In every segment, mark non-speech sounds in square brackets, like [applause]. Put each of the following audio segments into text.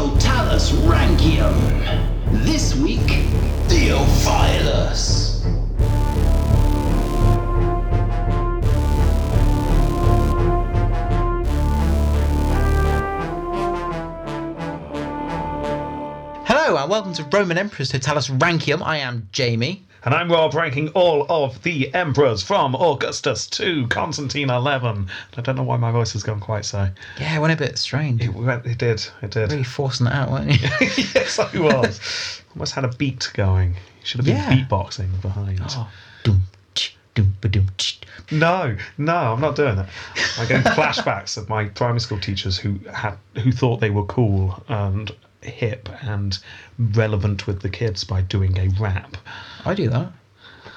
Theophilus Rankium. This week, Theophilus. Hello and welcome to Roman Emperors Totalis Rankium. I am Jamie. And I'm Rob, ranking all of the emperors from Augustus to Constantine 11. I don't know why my voice has gone quite so. Yeah, it went a bit strange. It, went, it did, it did. Really forcing it out, weren't you? [laughs] [laughs] yes, I was. Almost had a beat going. Should have been Yeah. beatboxing behind. Oh. Dum, tch, dum, ba-dum, tch. No, no, I'm not doing that. I'm getting [laughs] flashbacks of my primary school teachers who had who thought they were cool and hip and relevant with the kids by doing a rap. I do that.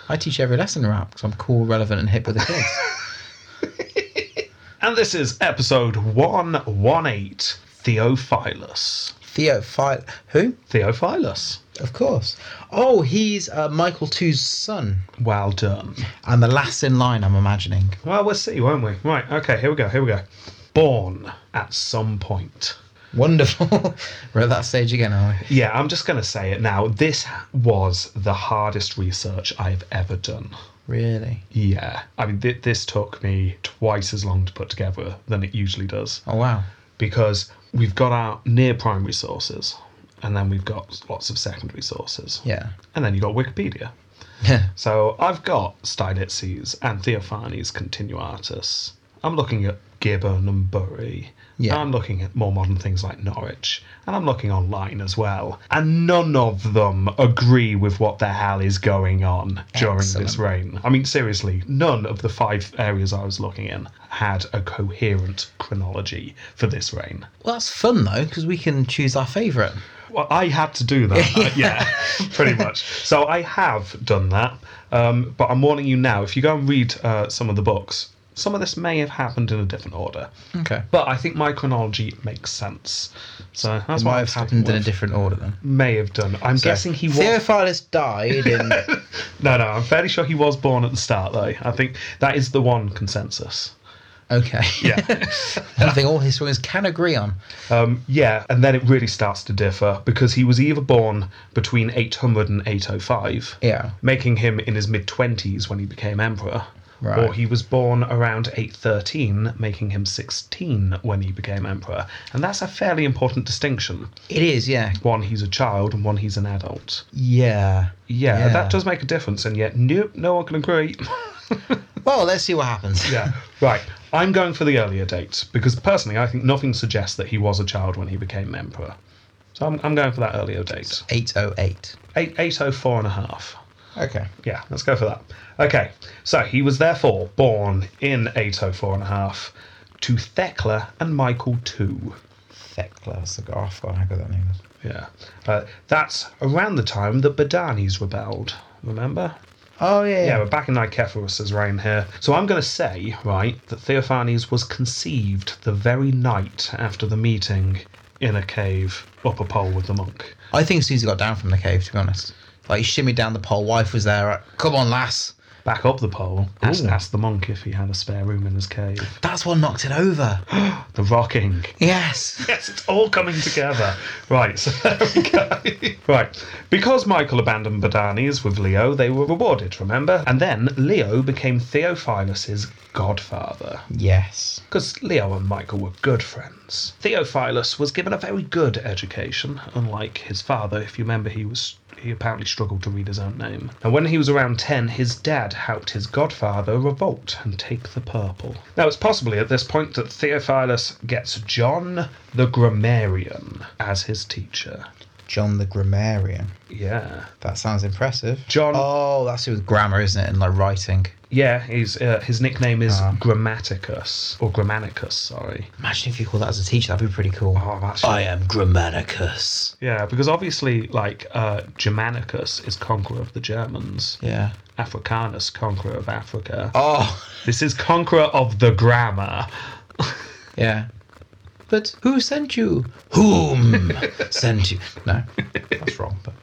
I teach every lesson rap because I'm cool, relevant, and hip with the [laughs] kids. And this is episode 118 Theophilus. Theophil. Who? Theophilus. Of course. Oh, he's uh, Michael II's son. Well done. And the last in line, I'm imagining. Well, we'll see, won't we? Right, okay, here we go, here we go. Born at some point. Wonderful. [laughs] We're at that stage again, are we? Yeah, I'm just going to say it now. This was the hardest research I've ever done. Really? Yeah. I mean, th- this took me twice as long to put together than it usually does Oh, wow. because we've got our near primary sources and then we've got lots of secondary sources. Yeah. [laughs] And then you've got Wikipedia. So I've got Steinitzi's and Theophanes Continuatus. I'm looking at Gibbon and Bury. Yeah. I'm looking at more modern things like Norwich. And I'm looking online as well. And none of them agree with what the hell is going on during Excellent. this reign. I mean, seriously, none of the five areas I was looking in had a coherent chronology for this reign. well, that's fun, though, because we can choose our favourite. Well, I had to [laughs] do that. uh, yeah, [laughs] pretty much. So I have done that. Um, but I'm warning you now if you go and read uh, some of the books, some of this may have happened in a different order. Okay. But I think my chronology makes sense. So that's It might what I'm have sticking happened in a with. different order then. May have done. I'm guessing he was. Theophilus died [laughs] in. No, no, I'm fairly sure he was born at the start, though. I think that is the one [laughs] consensus. okay. [laughs] Yeah. One thing all historians can agree on. Um, yeah, and then it really starts to differ because he was either born between 800 and 805, Yeah. making him in his mid 20s when he became emperor, Right. or he was born around 813, making him 16 when he became emperor. And that's a fairly important distinction. It is, yeah. One, he's a child, and one, he's an adult. Yeah. Yeah, Yeah. that does make a difference, and yet, nope, no one can agree. [laughs] Well, let's see what happens. yeah, right. I'm going for the earlier date because personally, I think nothing suggests that he was a child when he became emperor. So I'm, I'm going for that earlier date. 808. Eight, 804 and a half. Okay. Yeah, let's go for that. Okay, so he was therefore born in 804 and a half to Thecla and Michael II. Thecla. That's the guy. I forgot how good that name is. Yeah, uh, that's around the time that Badanis rebelled, remember? Oh, yeah. Yeah, we're back in Nikephorus's reign here. So I'm going to say, right, that Theophanes was conceived the very night after the meeting in a cave up a pole with the monk. I think Susie got down from the cave, to be honest. Like, she shimmied down the pole. Wife was there. like, Come on, lass. Back up the pole, asked, Ooh. asked the monk if he had a spare room in his cave. That's what knocked it [gasps] over. The rocking. yes. Yes, it's all coming together. Right, so there we go. right, because Michael abandoned Badanis with Leo, they were rewarded, remember? And then Leo became Theophilus's godfather. Yes. Because Leo and Michael were good friends. Theophilus was given a very good education, unlike his father. If you remember, he was he apparently struggled to read his own name. And when he was around 10, his dad helped his godfather revolt and take the purple. Now, it's possibly at this point that Theophilus gets John the Grammarian as his teacher. John the Grammarian. Yeah. That sounds impressive. John- Oh, that's with grammar, isn't it? And like writing. Yeah, he's, uh, his nickname is Ah. Grammaticus, or Grammanicus, sorry. Imagine if you call that as a teacher. That'd be pretty cool. Oh, actually, am Grammaticus. Yeah, because obviously, like, uh, Germanicus is conqueror of the Germans, Yeah. Africanus, conqueror of Africa. Oh. This is conqueror of the grammar. Yeah. But who sent you? [laughs] Whom sent you? No, that's wrong. But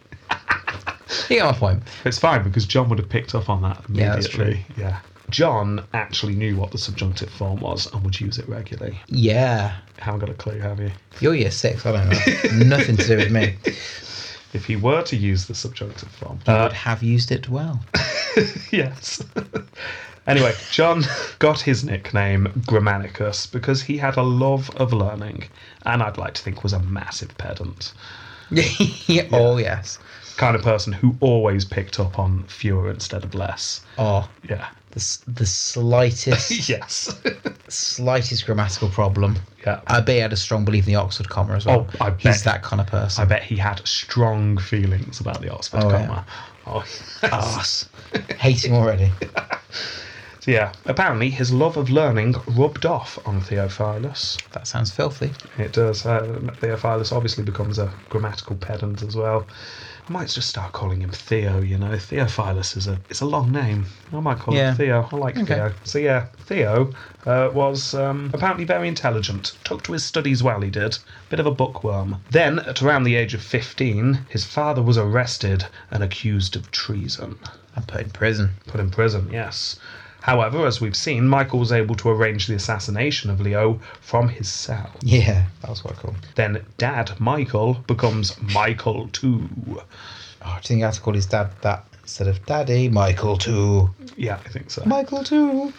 you get my point. It's fine because John would have picked up on that immediately. Yeah, that's Yeah. John actually knew what the subjunctive form was and would use it regularly. Yeah. Haven't got a clue, have you? You're year six, I don't know. Nothing to do with me. If he were to use the subjunctive form. Uh, You would have used it well. [laughs] [laughs] yes. [laughs] anyway, John [laughs] got his nickname Grammaticus because he had a love of learning and I'd like to think was a massive pedant. Oh, yes. Kind of person who always picked up on fewer instead of less. Or Yeah. Oh, [laughs] the, s- the slightest, Yes. slightest grammatical problem. yeah. I bet he had a strong belief in the Oxford comma as well. Oh, I bet. He's that kind of I person. bet he had strong feelings about the Oxford Oh, yeah. comma. Oh, Arse. Hate him already. [laughs] So yeah, apparently his love of learning rubbed off on Theophilus. That sounds filthy. It does. Uh, Theophilus obviously becomes a grammatical pedant as well. I might just start calling him Theo. You know, Theophilus is a it's a long name. I might call Yeah. him Theo. I like Okay. Theo. So yeah, Theo uh, was um, apparently very intelligent. Took to his studies well. He did. Bit of a bookworm. Then, at around the age of fifteen, his father was arrested and accused of treason I'm put in prison. put in prison, yes. However, as we've seen, Michael was able to arrange the assassination of Leo from his cell. Yeah, that was quite cool. Then Dad Michael becomes Michael too. Oh, do you think I have to call his dad that instead of Daddy? Michael too. Yeah, I think so. Michael too.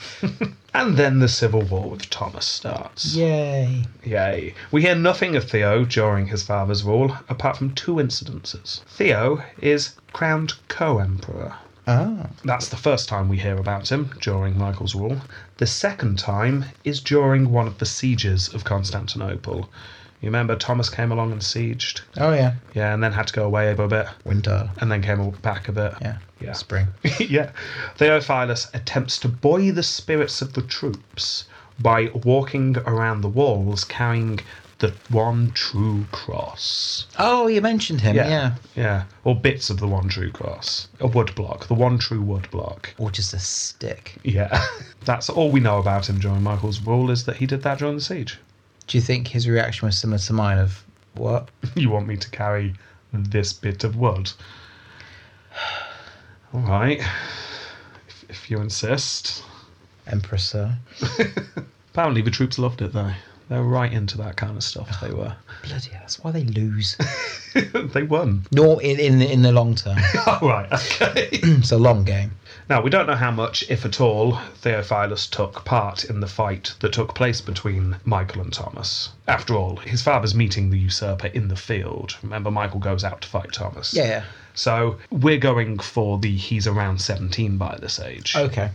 And then the civil war with Thomas starts. Yay. Yay. We hear nothing of Theo during his father's rule, apart from two incidences. Theo is crowned co emperor. Ah. That's the first time we hear about him during Michael's rule. The second time is during one of the sieges of Constantinople. You remember Thomas came along and sieged? Oh yeah. Yeah, and then had to go away a bit, Winter. and then came back a bit. Yeah. Yeah. Spring. [laughs] yeah. Theophilus attempts to buoy the spirits of the troops by walking around the walls carrying the one true cross. Oh, you mentioned him. Yeah. Yeah. Or bits of the one true cross. A wood block. The one true wood block. Or just a stick. Yeah, [laughs] that's all we know about him during Michael's rule is that he did that during the siege. [laughs] Do you think his reaction was similar to mine? Of what? You want me to carry this bit of wood? [sighs] All right, if, if you insist. Emperor sir. Apparently, the troops loved it though. They're right into that kind of stuff. They were. Bloody hell, that's why they lose. [laughs] they won. [laughs] Nor in in the, in the long [laughs] term. [laughs] All right. Okay. it's a long game. Now, we don't know how much, if at all, Theophilus took part in the fight that took place between Michael and Thomas. After all, his father's meeting the usurper in the field. Remember, Michael goes out to fight Thomas. Yeah. So we're going for the he's around 17 by this age. yeah. Okay.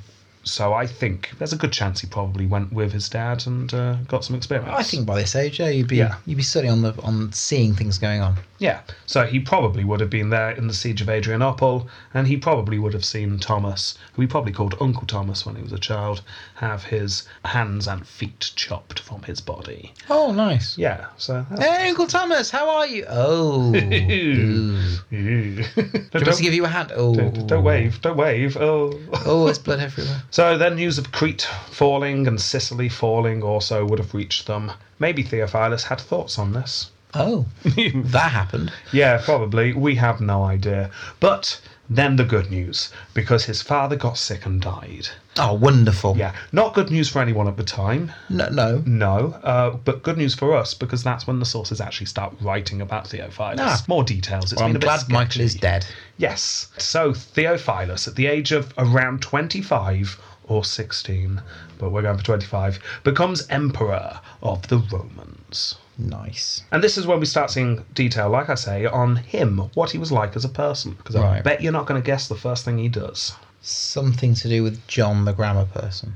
So I think there's a good chance he probably went with his dad and uh, got some experience. I think by this age, yeah, you'd be Yeah. you'd be certainly on the on seeing things going on. Yeah. So he probably would have been there in the siege of Adrianople, and he probably would have seen Thomas, who he probably called Uncle Thomas when he was a child, have his hands and feet chopped from his body. Oh, nice. Yeah. So. that's- Hey, Uncle Thomas, how are you? Oh. [laughs] Ooh. Ew. Do you want us to don't, give you a hand? Oh. don't wave. Don't wave. Oh. Oh, there's blood [laughs] everywhere. So then news of Crete falling and Sicily falling also would have reached them. Maybe Theophilus had thoughts on this. [laughs] Oh, that happened. yeah, probably. We have no idea. But then the good news, because his father got sick and died. Oh, wonderful. Yeah, not good news for anyone at the time, No, no. no, uh, but good news for us because that's when the sources actually start writing about Theophilus. Ah. More details. It's Well, I'm been a bit glad Michael sketchy. is dead. Yes. So Theophilus, at the age of around 25 or 16, but we're going for 25, becomes emperor of the Romans. Nice. And this is when we start seeing detail, like I say, on him, what he was like as a person. Because I Right. bet you're not going to guess the first thing he does. Something to do with John, the grammar person.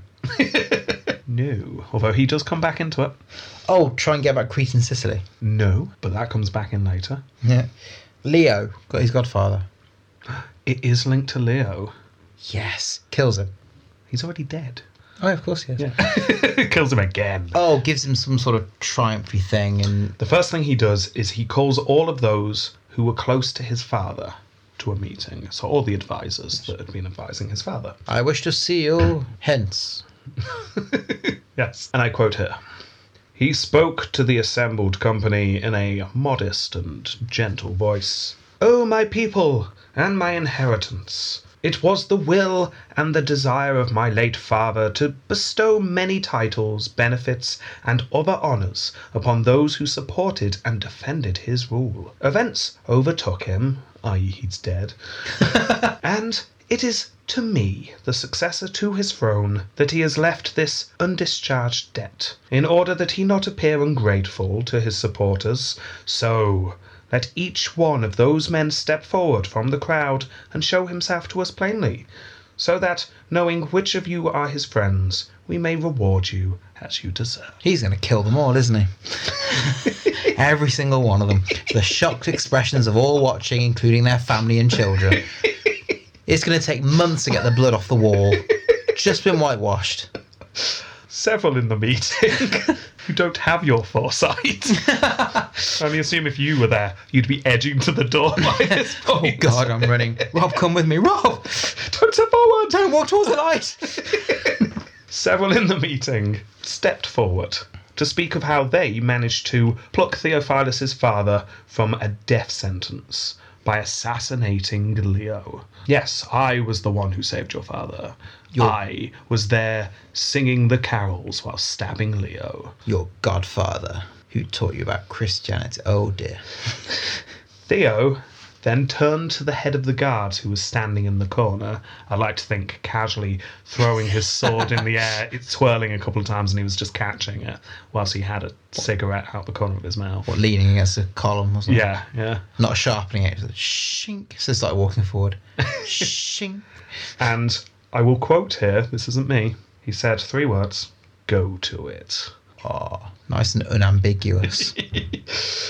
No. Although he does come back into it. Oh, try and get back Crete and Sicily. [laughs] No. But that comes back in later. Yeah. Leo got his godfather. It is linked to Leo. Yes. Kills him. He's already dead. Oh, of course he is. [laughs] Kills him again. Oh, gives him some sort of triumphy thing and The first thing he does is he calls all of those who were close to his father to a meeting. So all the advisors that had been advising his father. I wish to see you hence. Yes. And I quote here. He spoke to the assembled company in a modest and gentle voice. O my people and my inheritance, It was the will and the desire of my late father to bestow many titles, benefits, and other honours upon those who supported and defended his rule. Events overtook him, i.e., he's dead, and it is to me, the successor to his throne, that he has left this undischarged debt, in order that he not appear ungrateful to his supporters. So, let each one of those men step forward from the crowd and show himself to us plainly, so that, knowing which of you are his friends, we may reward you as you deserve. He's going to kill them all, isn't [laughs] he? Every single one of them. The shocked expressions of all watching, including their family and children. It's going to take months to get the blood off the wall. Just been whitewashed. Several in the meeting [laughs] who don't have [laughs] your foresight. I mean, assume if you were there, you'd be edging to the door by this [laughs] Oh, point. God, I'm running. Rob, come with me. Rob! Don't step forward! Don't walk towards the light! Several in the meeting stepped forward to speak of how they managed to pluck Theophilus's father from a death sentence by assassinating Leo. Yes, I was the one who saved your father. I was there singing the carols while stabbing Leo. Your godfather, who taught you about Christianity. Oh, dear. Theo then turned to the head of the guards who was standing in the corner. I like to think casually throwing his sword in the air, it twirling a couple of times, and he was just catching it whilst he had a cigarette out the corner of his mouth. What, leaning against a column or something? Yeah, yeah. Not sharpening it. Just shink. So it's like walking [laughs] forward. shink. And I will quote here, this isn't me. He said three words go to it. Oh, nice and [laughs] unambiguous.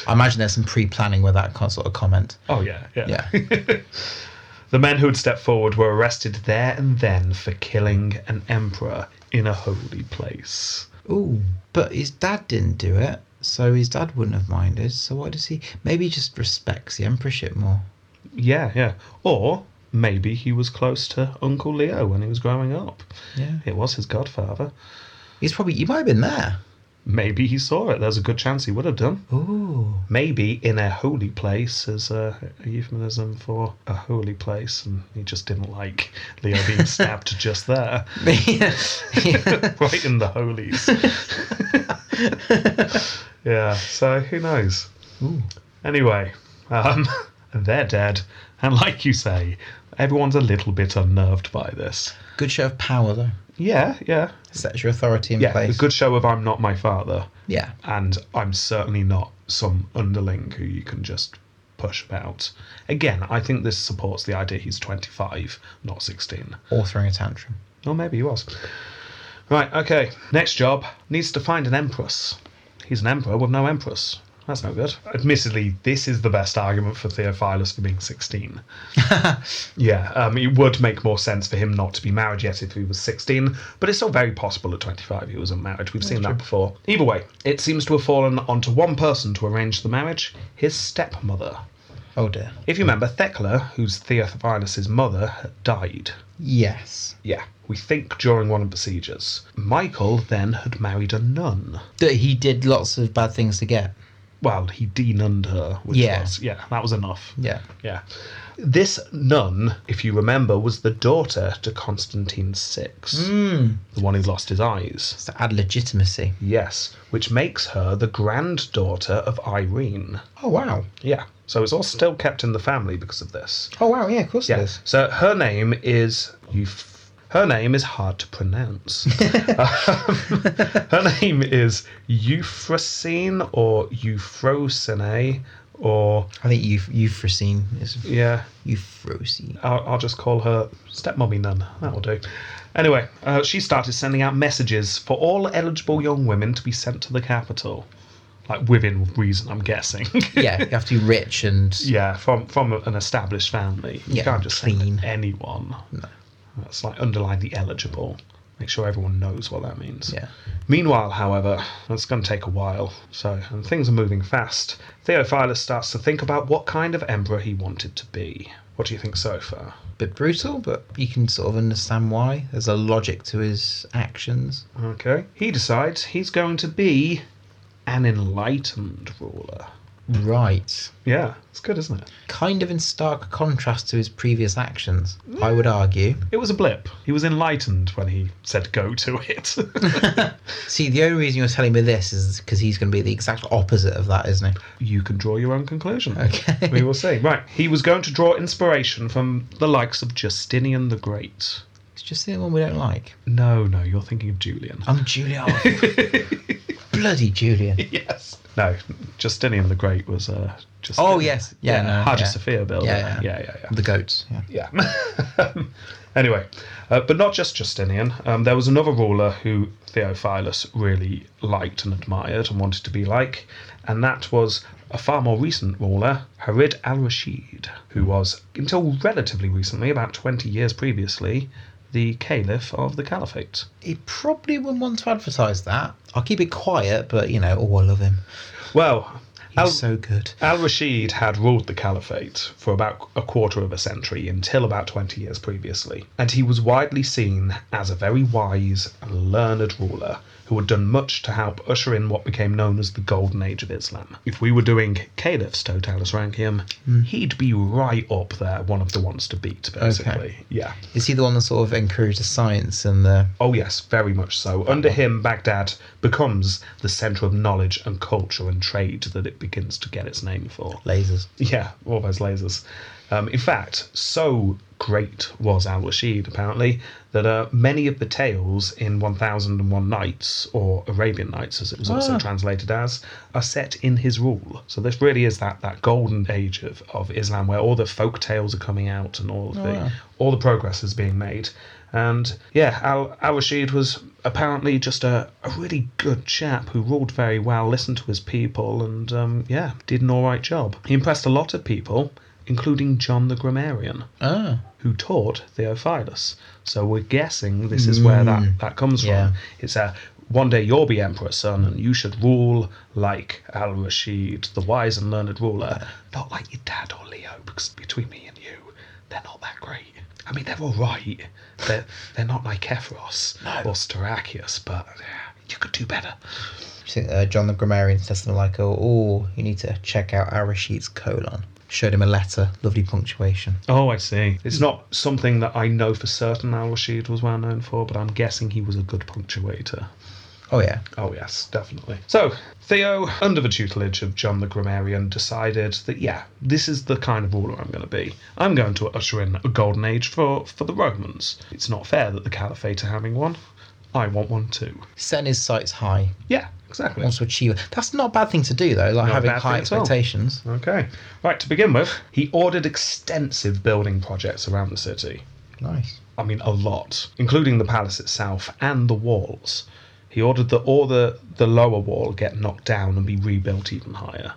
I imagine there's some pre-planning with that kind of sort of comment. Oh, yeah, yeah. [laughs] Yeah. The men who had stepped forward were arrested there and then for killing an emperor in a holy place. Ooh, but his dad didn't do it, so his dad wouldn't have minded. So what does he? Maybe he just respects the emperorship more. Yeah, yeah. Or maybe he was close to Uncle Leo when he was growing up. Yeah. It was his godfather. He's probably. You might have been there. Maybe he saw it. There's a good chance he would have done. Ooh. Maybe in a holy place is a, a euphemism for a holy place, and he just didn't like Leo being stabbed just there, yeah. [laughs] right in the holies. yeah. So who knows? [laughs] Ooh. Anyway, um, [laughs] they're dead, and like you say, everyone's a little bit unnerved by this. Good show of power though. Yeah, yeah. Sets your authority in Yeah, place. a good show of I'm not my father, Yeah. and I'm certainly not some underling who you can just push about. Again, I think this supports the idea he's 25, not 16. Or throwing a tantrum. Or maybe he was. Right, okay. Next job needs to find an empress. He's an emperor with no empress. That's no good. Admittedly, this is the best argument for Theophilus for being 16. yeah, um, it would make more sense for him not to be married yet if he was 16, but it's still very possible at 25 he was unmarried. We've seen that before. Either way, it seems to have fallen onto one person to arrange the marriage his stepmother. Oh dear. If you remember, Thecla, who's Theophilus's mother, had died. Yes. Yeah, we think during one of the sieges. Michael then had married a nun. That he did lots of bad things to get. Well, he denunned her, which Yeah. was yeah, that was enough. Yeah. Yeah. This nun, if you remember, was the daughter to Constantine VI, the one who lost his eyes. Just to add legitimacy. Yes, which makes her the granddaughter of Irene. Oh wow. Yeah, so it's all still kept in the family because of this. Oh wow. Yeah. Of course it Yes. is. So her name is you. Her name is hard to pronounce. Um, [laughs] her name is Euphrosine or Euphrosine or I think Euf- Euphrosine is yeah. Euphrosine. I'll, I'll just call her stepmommy nun. That will do. Anyway, uh, she started sending out messages for all eligible young women to be sent to the capital, like within reason, I'm guessing. [laughs] yeah, you have to be rich and Yeah, from from an established family. You Yeah, can't just send clean. anyone. No. That's like underline the eligible. Make sure everyone knows what that means. yeah. Meanwhile, however, it's going to take a while, so and things are moving fast. Theophilus starts to think about what kind of emperor he wanted to be. What do you think so far? bit brutal, but you can sort of understand why. There's a logic to his actions. Okay. He decides he's going to be an enlightened ruler. Right. Yeah, it's good, isn't it? Kind of in stark contrast to his previous actions, I would argue. It was a blip. He was enlightened when he said go to it. [laughs] See, the only reason you're telling me this is because he's going to be the exact opposite of that, isn't he? you can draw your own conclusion. Okay. We will see. Right, he was going to draw inspiration from the likes of Justinian the Great. It's just the one we don't like. No, no, you're thinking of Julian. [laughs] I'm Julian. Bloody Julian. Yes. No, Justinian the Great was uh, Justinian. Oh, yes. Yeah, no, Hagia yeah. Sophia builder. Yeah, yeah, yeah. yeah. The goats. Yeah. Yeah. [laughs] anyway, uh, but not just Justinian. Um, there was another ruler who Theophilus really liked and admired and wanted to be like, and that was a far more recent ruler, Harid al Rashid, who was, until relatively recently, about 20 years previously, the caliph of the caliphate. He probably wouldn't want to advertise that. I'll keep it quiet, but you know, oh, I love him. Well, He's Al- so good. Al Rashid had ruled the caliphate for about a quarter of a century until about 20 years previously, and he was widely seen as a very wise and learned ruler who had done much to help usher in what became known as the Golden Age of Islam. If we were doing Caliph's Totalis Rankium, he'd be right up there, one of the ones to beat, basically. Yeah. Is he the one that sort of encouraged the science and the. Oh, yes, very much so. Under him, Baghdad becomes the centre of knowledge and culture and trade that it begins to get its name for. Lasers. [laughs] Yeah, all those lasers. Um, in fact, so great was Al Rashid, apparently, that uh, many of the tales in 1001 Nights, or Arabian Nights as it was also Ah. translated as, are set in his rule. So this really is that, that golden age of, of Islam where all the folk tales are coming out and all of the, wow. all the progress is being made. And yeah, Al, Al Rashid was apparently just a, a really good chap who ruled very well, listened to his people, and um, yeah, did an alright job. He impressed a lot of people, including John the Grammarian, Oh. who taught Theophilus. So we're guessing this is where that, that comes Yeah. from. It's a one day you'll be emperor, son, and you should rule like Al Rashid, the wise and learned ruler, not like your dad or Leo, because between me and you, they're not that great. I mean, they're all right. They're, they're not like Ephros or Starachius, but yeah, you could do better. Do you think uh, John the Grammarian says something like, oh, oh, you need to check out Arashid's colon? Showed him a letter, lovely punctuation. Oh, I see. It's not something that I know for certain Al Rashid was well known for, but I'm guessing he was a good punctuator. Oh, yeah. Oh, yes, definitely. So, Theo, under the tutelage of John the Grammarian, decided that, yeah, this is the kind of ruler I'm going to be. I'm going to usher in a golden age for, for the Romans. It's not fair that the Caliphate are having one. I want one too. Setting his sights high, Yeah, exactly. wants to achieve. That's not a bad thing to do, though, like a having bad high thing at all. expectations. Okay. Right, to begin with, he ordered extensive building projects around the city. Nice. I mean, a lot, including the palace itself and the walls. He ordered that all the, the lower wall get knocked down and be rebuilt even higher.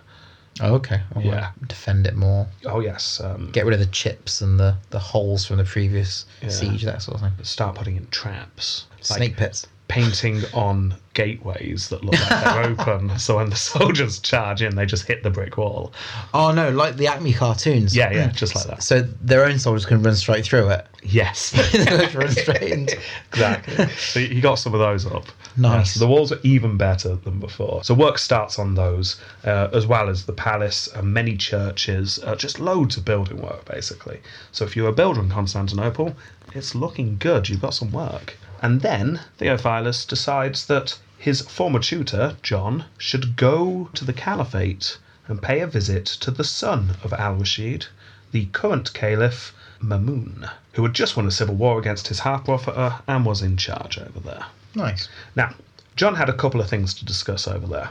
Oh, okay. I'll Yeah. Defend it more. Oh, yes. Um, Get rid of the chips and the, the holes from the previous Yeah. siege, that sort of thing. start putting in traps. Snake pits. Painting on gateways that look like they're open, so when the soldiers charge in, they just hit the brick wall. Oh, no, like the Acme cartoons. Yeah, yeah, just like that. So their own soldiers can run straight through [laughs] it. [laughs] Yes, They just run straight into exactly. So he got some of those up. Nice. the walls are even better than before. So work starts on those, uh, as well as the palace and many churches, uh, just loads of building work basically. So if you're a builder in Constantinople, it's looking good. You've got some work. And then Theophilus decides that his former tutor, John, should go to the caliphate and pay a visit to the son of Al Rashid, the current caliph, Mamun, who had just won a civil war against his half brother and was in charge over there. Nice. Now, John had a couple of things to discuss over there.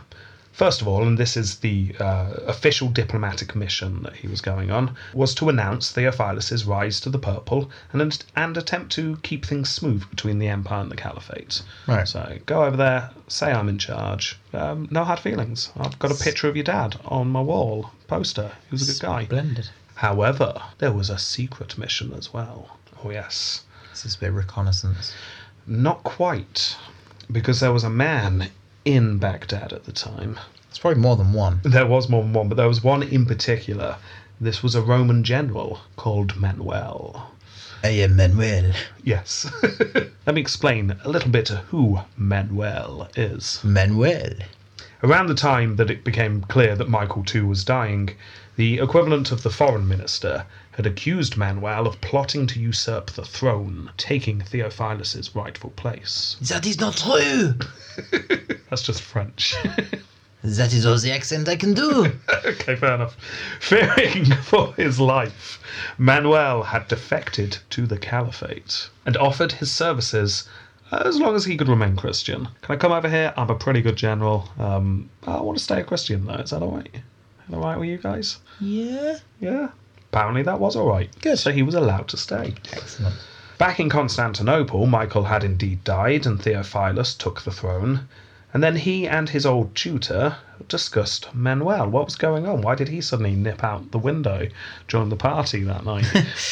First of all, and this is the uh, official diplomatic mission that he was going on, was to announce Theophilus's rise to the purple and and attempt to keep things smooth between the empire and the caliphate. Right. So go over there, say I'm in charge. Um, no hard feelings. I've got a picture of your dad on my wall poster. He was a good guy. Blended. However, there was a secret mission as well. Oh yes This is a bit of reconnaissance. not quite, because there was a man in Baghdad at the time. It's probably more than one. There was more than one, but there was one in particular. This was a Roman general called Manuel. Hey, uh, Manuel. Yes. [laughs] Let me explain a little bit who Manuel is. Manuel. Around the time that it became clear that Michael II was dying, the equivalent of the foreign minister had accused Manuel of plotting to usurp the throne, taking Theophilus' rightful place. That is not true. That's just French. [laughs] That is all the accent I can do. okay, fair enough. [laughs] Fearing for his life, Manuel had defected to the caliphate and offered his services as long as he could remain Christian. Can I come over here? I'm a pretty good general. Um, I want to stay a Christian though. Is that all right? All right with you guys? yeah. Yeah. Apparently that was all right. Good. So he was allowed to stay. Excellent. Back in Constantinople, Michael had indeed died, and Theophilus took the throne. And then he and his old tutor discussed Manuel. What was going on? Why did he suddenly nip out the window during the party that night,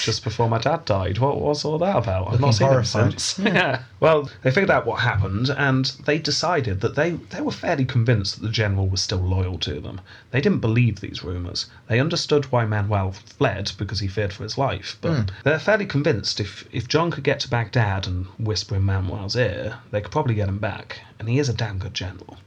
just before my dad died? What was all that about? I've Looking not seen him horrified. since. Yeah. Well, they figured out what happened, and they decided that they they were fairly convinced that the general was still loyal to them. They didn't believe these rumours. They understood why Manuel fled because he feared for his life, but they're fairly convinced if if John could get to Baghdad and whisper in Manuel's ear, they could probably get him back. And he is a damn good general.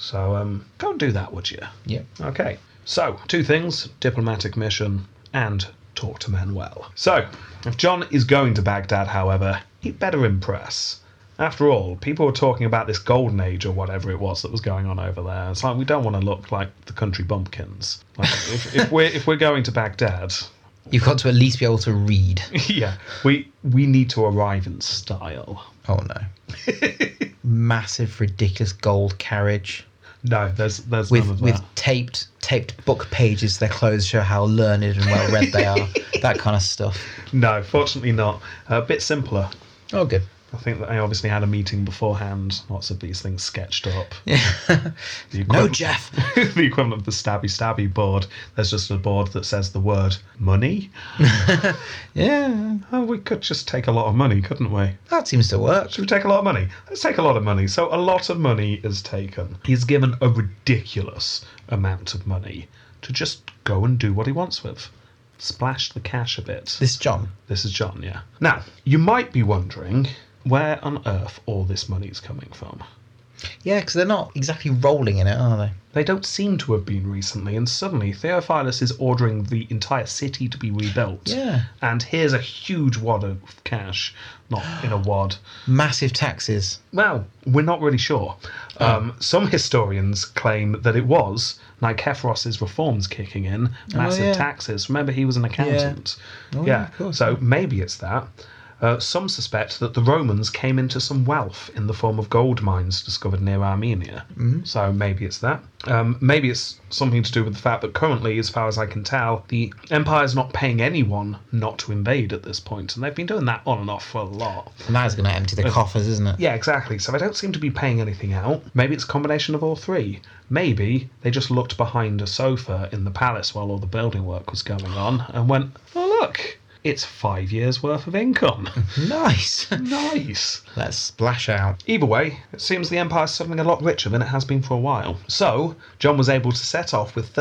So um, go and do that, would you? Yep. Okay. So, two things diplomatic mission and talk to Manuel. So, if John is going to Baghdad, however, he better impress. After all, people were talking about this golden age or whatever it was that was going on over there. It's like we don't want to look like the country bumpkins. Like if, if we're if we're going to Baghdad, [laughs] You've got to at least be able to read. yeah, we we need to arrive in style. Oh no. [laughs] Massive, ridiculous gold carriage No, there's there's none with of with that. taped taped book pages. to Their clothes show how learned and well read they [laughs] are. that kind of stuff. No, fortunately not. A bit simpler. Oh, good. I think that they obviously had a meeting beforehand. Lots of these things sketched up. The [laughs] No, equivalent- Jeff. [laughs] the equivalent of the stabby stabby board. There's just a board that says the word [laughs] money. Yeah, Oh, we could just take a lot of money, couldn't we? that seems to work. Should we take a lot of money? Let's take a lot of money. So a lot of money is taken. He's given a ridiculous amount of money to just go and do what he wants with. Splash the cash a bit. This John. This is John, yeah. Now, you might be wondering where on earth all this money is coming from. Yeah, because they're not exactly rolling in it, are they? They don't seem to have been recently, and suddenly Theophilus is ordering the entire city to be rebuilt. Yeah. And here's a huge wad of cash, not in a wad. Massive taxes. Well, we're not really sure. Um, Some historians claim that it was Nikephoros's reforms kicking in, massive Oh, yeah. taxes. Remember, he was an accountant. Oh, yeah, yeah. of course. so maybe it's that. Uh, some suspect that the Romans came into some wealth in the form of gold mines discovered near Armenia. Mm-hmm. So maybe it's that. Um, maybe it's something to do with the fact that currently, as far as I can tell, the empire's not paying anyone not to invade at this point, and they've been doing that on and off for a lot. And that is going to empty the coffers, isn't it? Yeah, exactly. So they don't seem to be paying anything out. Maybe it's a combination of all three. Maybe they just looked behind a sofa in the palace while all the building work was going on and went, oh, look, it's five years' worth of income. [laughs] Nice. [laughs] nice. Let's splash out. Either way, it seems the Empire's suddenly a lot richer than it has been for a while. So, John was able to set off with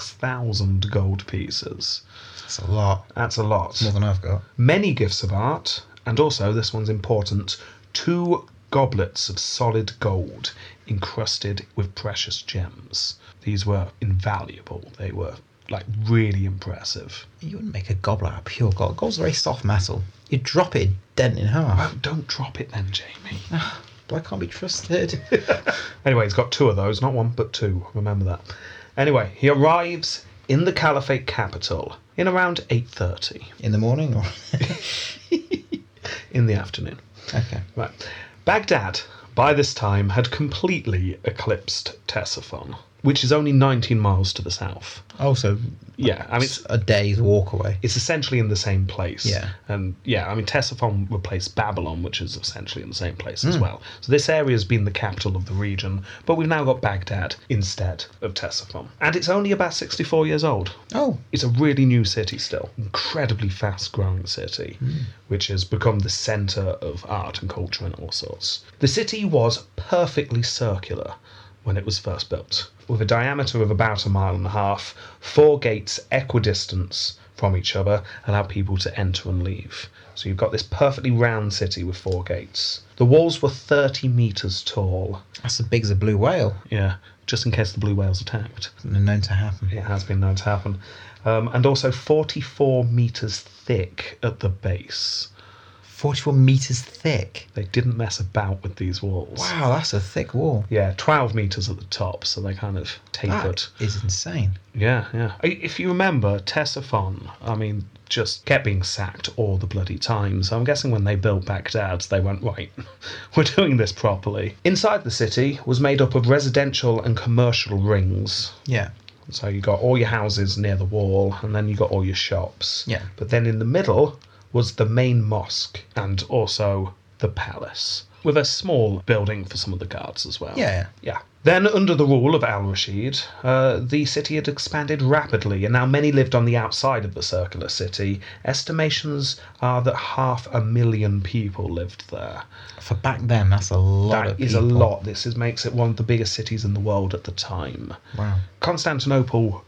36,000 gold pieces. That's a lot. That's a lot. More than I've got. Many gifts of art, and also, this one's important, two goblets of solid gold encrusted with precious gems. These were invaluable. They were like really impressive. You wouldn't make a goblet out of pure gold. Gold's a very soft metal. You drop it, it'd dent in half. Oh, don't drop it then, Jamie. But I can't be trusted. [laughs] Anyway, he's got two of those, not one, but two. Remember that. Anyway, he arrives in the Caliphate capital in around 8:30 In the morning or in the afternoon. Okay. Right. Baghdad, by this time, had completely eclipsed Ctesiphon, which is only 19 miles to the south. Also Yeah, I mean, it's, a day's walk away. it's essentially in the same place. Yeah. And yeah, I mean, Ctesiphon replaced Babylon, which is essentially in the same place Hmm. as well. So this area has been the capital of the region, but we've now got Baghdad instead of Ctesiphon. And it's only about 64 years old Oh. it's a really new city still, incredibly fast growing city, which has become the centre of art and culture and all sorts. The city was perfectly circular when it was first built, with a diameter of about a mile and a half, four gates equidistant from each other, allow people to enter and leave. So you've got this perfectly round city with four gates. The walls were 30 metres tall. That's as big as a blue whale. Yeah, just in case the blue whales attacked. Been known to happen. It has been known to happen. Um, and also 44 metres thick at the base. 44 meters thick. They didn't mess about with these walls. Wow, that's a thick wall. Yeah, 12 metres at the top, so they kind of tapered. That is insane. Yeah, yeah. I- If you remember, Tessafon, I mean, just kept being sacked all the bloody time. So I'm guessing when they built Baghdad, they went, right, [laughs] we're doing this properly. Inside the city was made up of residential and commercial rings. Yeah. So you got all your houses near the wall, and then you got all your shops. Yeah. But then in the middle was the main mosque and also the palace, with a small building for some of the guards as well. Yeah. Yeah. Then, under the rule of Al Rashid, uh, the city had expanded rapidly, and now many lived on the outside of the circular city. Estimations are that half a million people lived there. For back then, that's a lot That of is a people. lot. This is, makes it one of the biggest cities in the world at the time. Wow. Constantinople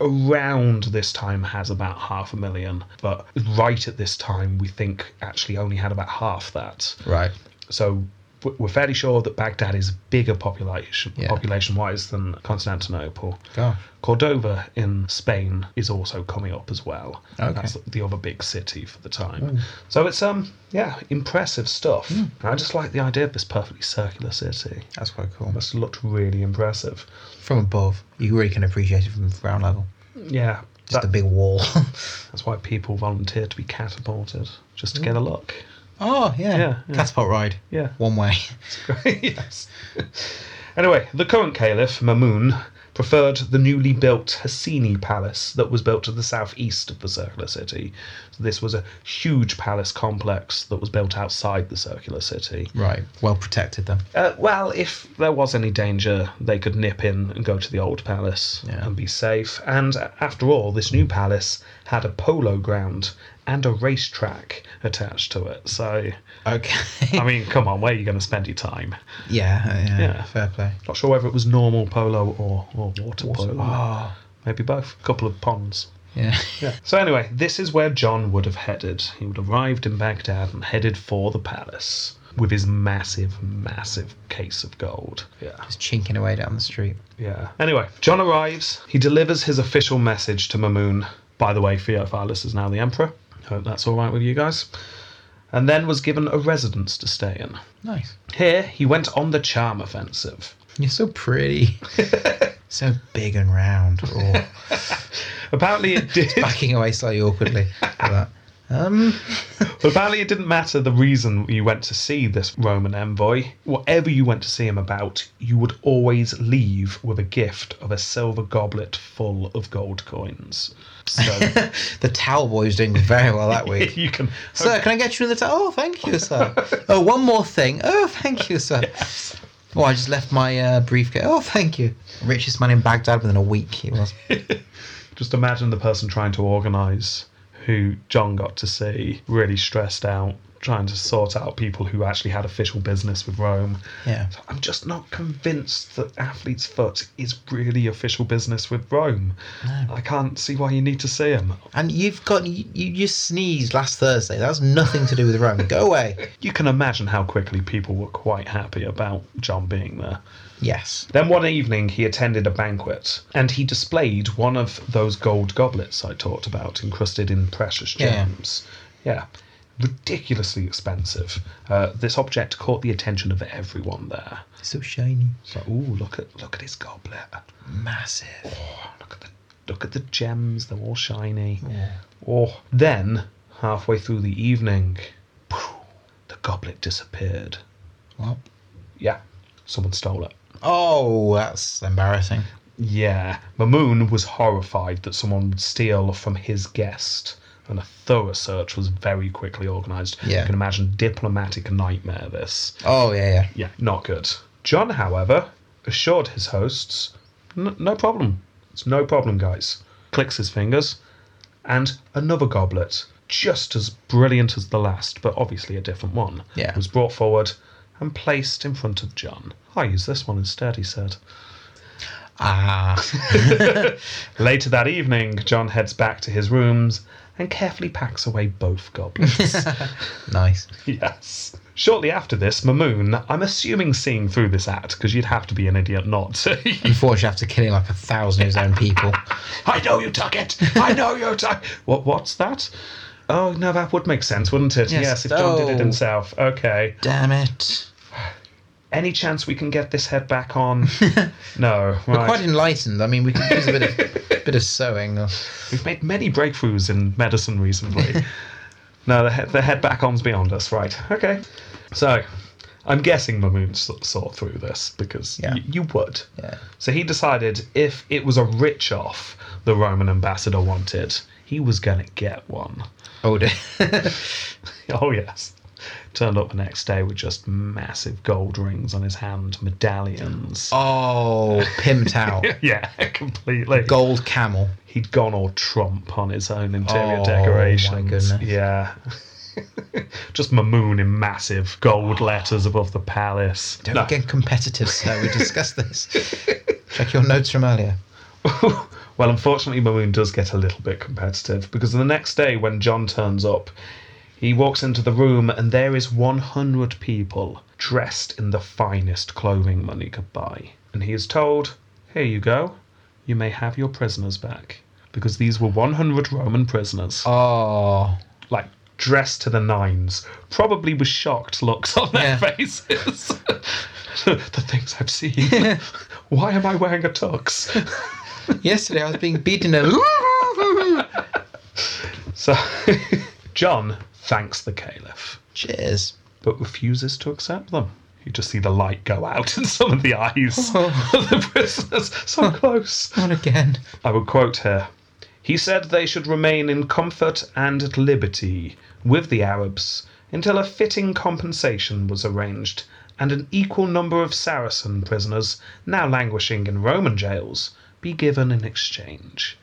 around this time has about half a million, but right at this time, we think actually only had about half that. Right. So w- we're fairly sure that Baghdad is bigger population Yeah. population wise than Constantinople. Gosh. Cordova in Spain is also coming up as well. Okay. Hmm. That's the other big city for the time. So it's um yeah, impressive stuff. And I just like the idea of this perfectly circular city. That's quite cool. Must have looked really impressive. From above, you really can appreciate it from ground level. Yeah. Just that- a big wall. That's why people volunteer to be catapulted, just to get a look. [laughs] oh, yeah. Yeah, yeah. Catapult ride. Yeah. [laughs] One way. yes. anyway, the current caliph, Mamun, preferred the newly built Hassini Palace that was built to the southeast of the circular city. So this was a huge palace complex that was built outside the circular city. Right. Well protected then. Uh, well, if there was any danger, they could nip in and go to the old palace Yeah. and be safe. And uh, after all, this new palace had a polo ground and a racetrack attached to it. So, Okay. I mean, come on, where are you going to spend your time? [laughs] yeah, Um, yeah. Yeah. Fair play. Not sure whether it was normal polo or, or water, polo. Oh. Maybe both. A couple of ponds. Yeah. [laughs] So, anyway, this is where John would have headed. He would have arrived in Baghdad and headed for the palace with his massive, massive case of gold. Yeah. Just chinking away down the street. Yeah. Anyway, John arrives. He delivers his official message to Mamun. By the way, Theophilus is now the emperor. Hope that's all right with you guys. And then was given a residence to stay in. Nice. Here, he went on the charm offensive. You're so [laughs] pretty. so big and round. [laughs] Oh. Apparently, it did. [laughs] backing away slightly awkwardly. like that. Um, apparently, it didn't matter the reason you went to see this Roman envoy. Whatever you went to see him about, you would always leave with a gift of a silver goblet full of gold coins. So the towel boy's doing very well that [laughs] week. you can. Sir, can I get you in the towel? Oh, thank you, sir. Oh, one more thing. Oh, thank you, sir. Oh, I just left my uh, briefcase. Oh, thank you. Richest man in Baghdad within a week, he was. Just imagine the person trying to organise who John got to see, really stressed out, trying to sort out people who actually had official business with Rome. Yeah. I'm just not convinced that Athlete's Foot is really official business with Rome. I can't see why you need to see him. And you've got, you, you just sneezed last Thursday. That's nothing to do with Rome. Go away. You can imagine how quickly people were quite happy about John being there. Yes. Then one evening he attended a banquet and he displayed one of those gold goblets I talked about, encrusted in precious Yeah. gems. Yeah. Ridiculously expensive. Uh, this object caught the attention of everyone there. So shiny. It's like, ooh, look at look at his goblet. Massive. Oh, look at the look at the gems. They're all shiny. Oh. Then halfway through the evening, the goblet disappeared. What? Yeah, someone stole it. Oh, that's embarrassing. Yeah, Mamoon was horrified that someone would steal from his guest, and a thorough search was very quickly organised. Yeah. You can imagine diplomatic nightmare this. Oh, yeah, yeah. Yeah, not good. John, however, assured his hosts, "N- no problem. It's no problem, guys. Clicks his fingers, and another goblet, just as brilliant as the last, but obviously a different one, Yeah. was brought forward and placed in front of John. I use this one instead, he said. Ah. [laughs] Later that evening, John heads back to his rooms and carefully packs away both goblets. nice. yes. Shortly after this, Mamoon, I'm assuming seeing through this act, because you'd have to be an idiot not to. [laughs] Unfortunately, after killing like a thousand of his own people. I know you took it. I know you took. [laughs] What? What's that? Oh no, that would make sense, wouldn't it? Yes, Yes. if John did it Oh. himself. Okay. Damn it. Any chance we can get this head back on? no. [laughs] We're quite Right. enlightened. I mean, we could use a bit [laughs] of bit of sewing. Or... We've made many breakthroughs in medicine [laughs] recently. no, the, he- the head back on's beyond us. Right. Okay. So, I'm guessing Mamoon s- saw through this because Yeah. y- you would. Yeah. So he decided if it was a rich off the Roman ambassador wanted, he was gonna get one. Oh dear. [laughs] Oh, yes. Turned up the next day with just massive gold rings on his hand, medallions. [laughs] oh, pimped out. Yeah, [laughs] completely. Gold camel. He'd gone all Trump on his own interior Oh, my decorations. goodness. Yeah. [laughs] just Mamoon in massive gold letters above the palace. Don't No. get competitive, sir. We discussed this. Check your notes from earlier. [laughs] well, unfortunately, Mamoon does get a little bit competitive because the next day when John turns up, he walks into the room and there is 100 people dressed in the finest clothing money could buy. And he is told, Here you go, you may have your prisoners back. Because these were 100 Roman prisoners, Oh. like dressed to the nines. Probably with shocked looks on their Yeah. faces. [laughs] the things [laughs] I've seen. Why am I wearing a tux? Yesterday I was being beaten and [laughs] So, John thanks the Caliph, cheers. but refuses to accept them. You just see the light go out in some of the eyes of the prisoners. So close. Not again. I would quote here. He said they should remain in comfort and at liberty with the Arabs until a fitting compensation was arranged and an equal number of Saracen prisoners, now languishing in Roman jails, be given in exchange.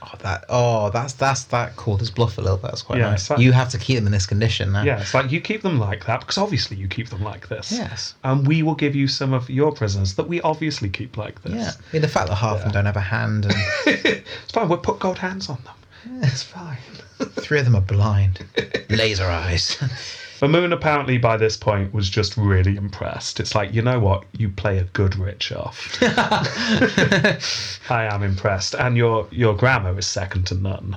Oh, that. Oh, that's that's that called his bluff a little bit. That's quite Yeah, nice. it's like- you have to keep them in this condition now. Yeah, it's like you keep them like that because obviously you keep them like this. Yes. And we will give you some of your prisoners that we obviously keep like this. Yeah. I mean, the fact that half of them don't have a hand and [laughs] It's fine. We'll put gold hands on them. It's fine. three of them are [laughs] blind, laser [laughs] eyes. Mamoon apparently by this point was just really impressed. It's like, you know what? You play a good [laughs] rich off. I am impressed. And your, your grammar is second to none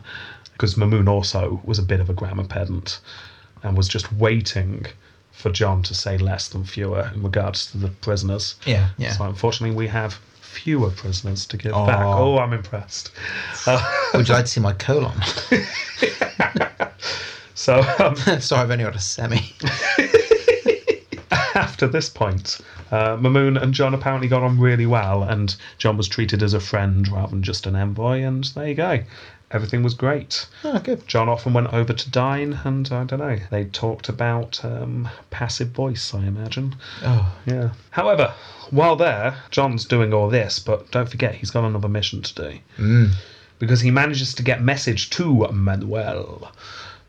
because Mamoon also was a bit of a grammar pedant and was just waiting for John to say less than fewer in regards to the prisoners. yeah. Yeah. So unfortunately, we have fewer prisoners to give Aw. back. Oh, I'm impressed. Would you like to see my colon? [laughs] So um, [laughs] Sorry, I've only got a semi. [laughs] after this point, uh, Mamoon and John apparently got on really well, and John was treated as a friend rather than just an envoy. And there you go, everything was great. Oh, good. John often went over to dine, and I don't know. They talked about um, passive voice, I imagine. Oh. Yeah. However, while there, John's doing all this, but don't forget he's got another mission to do. Because he manages to get message to Manuel,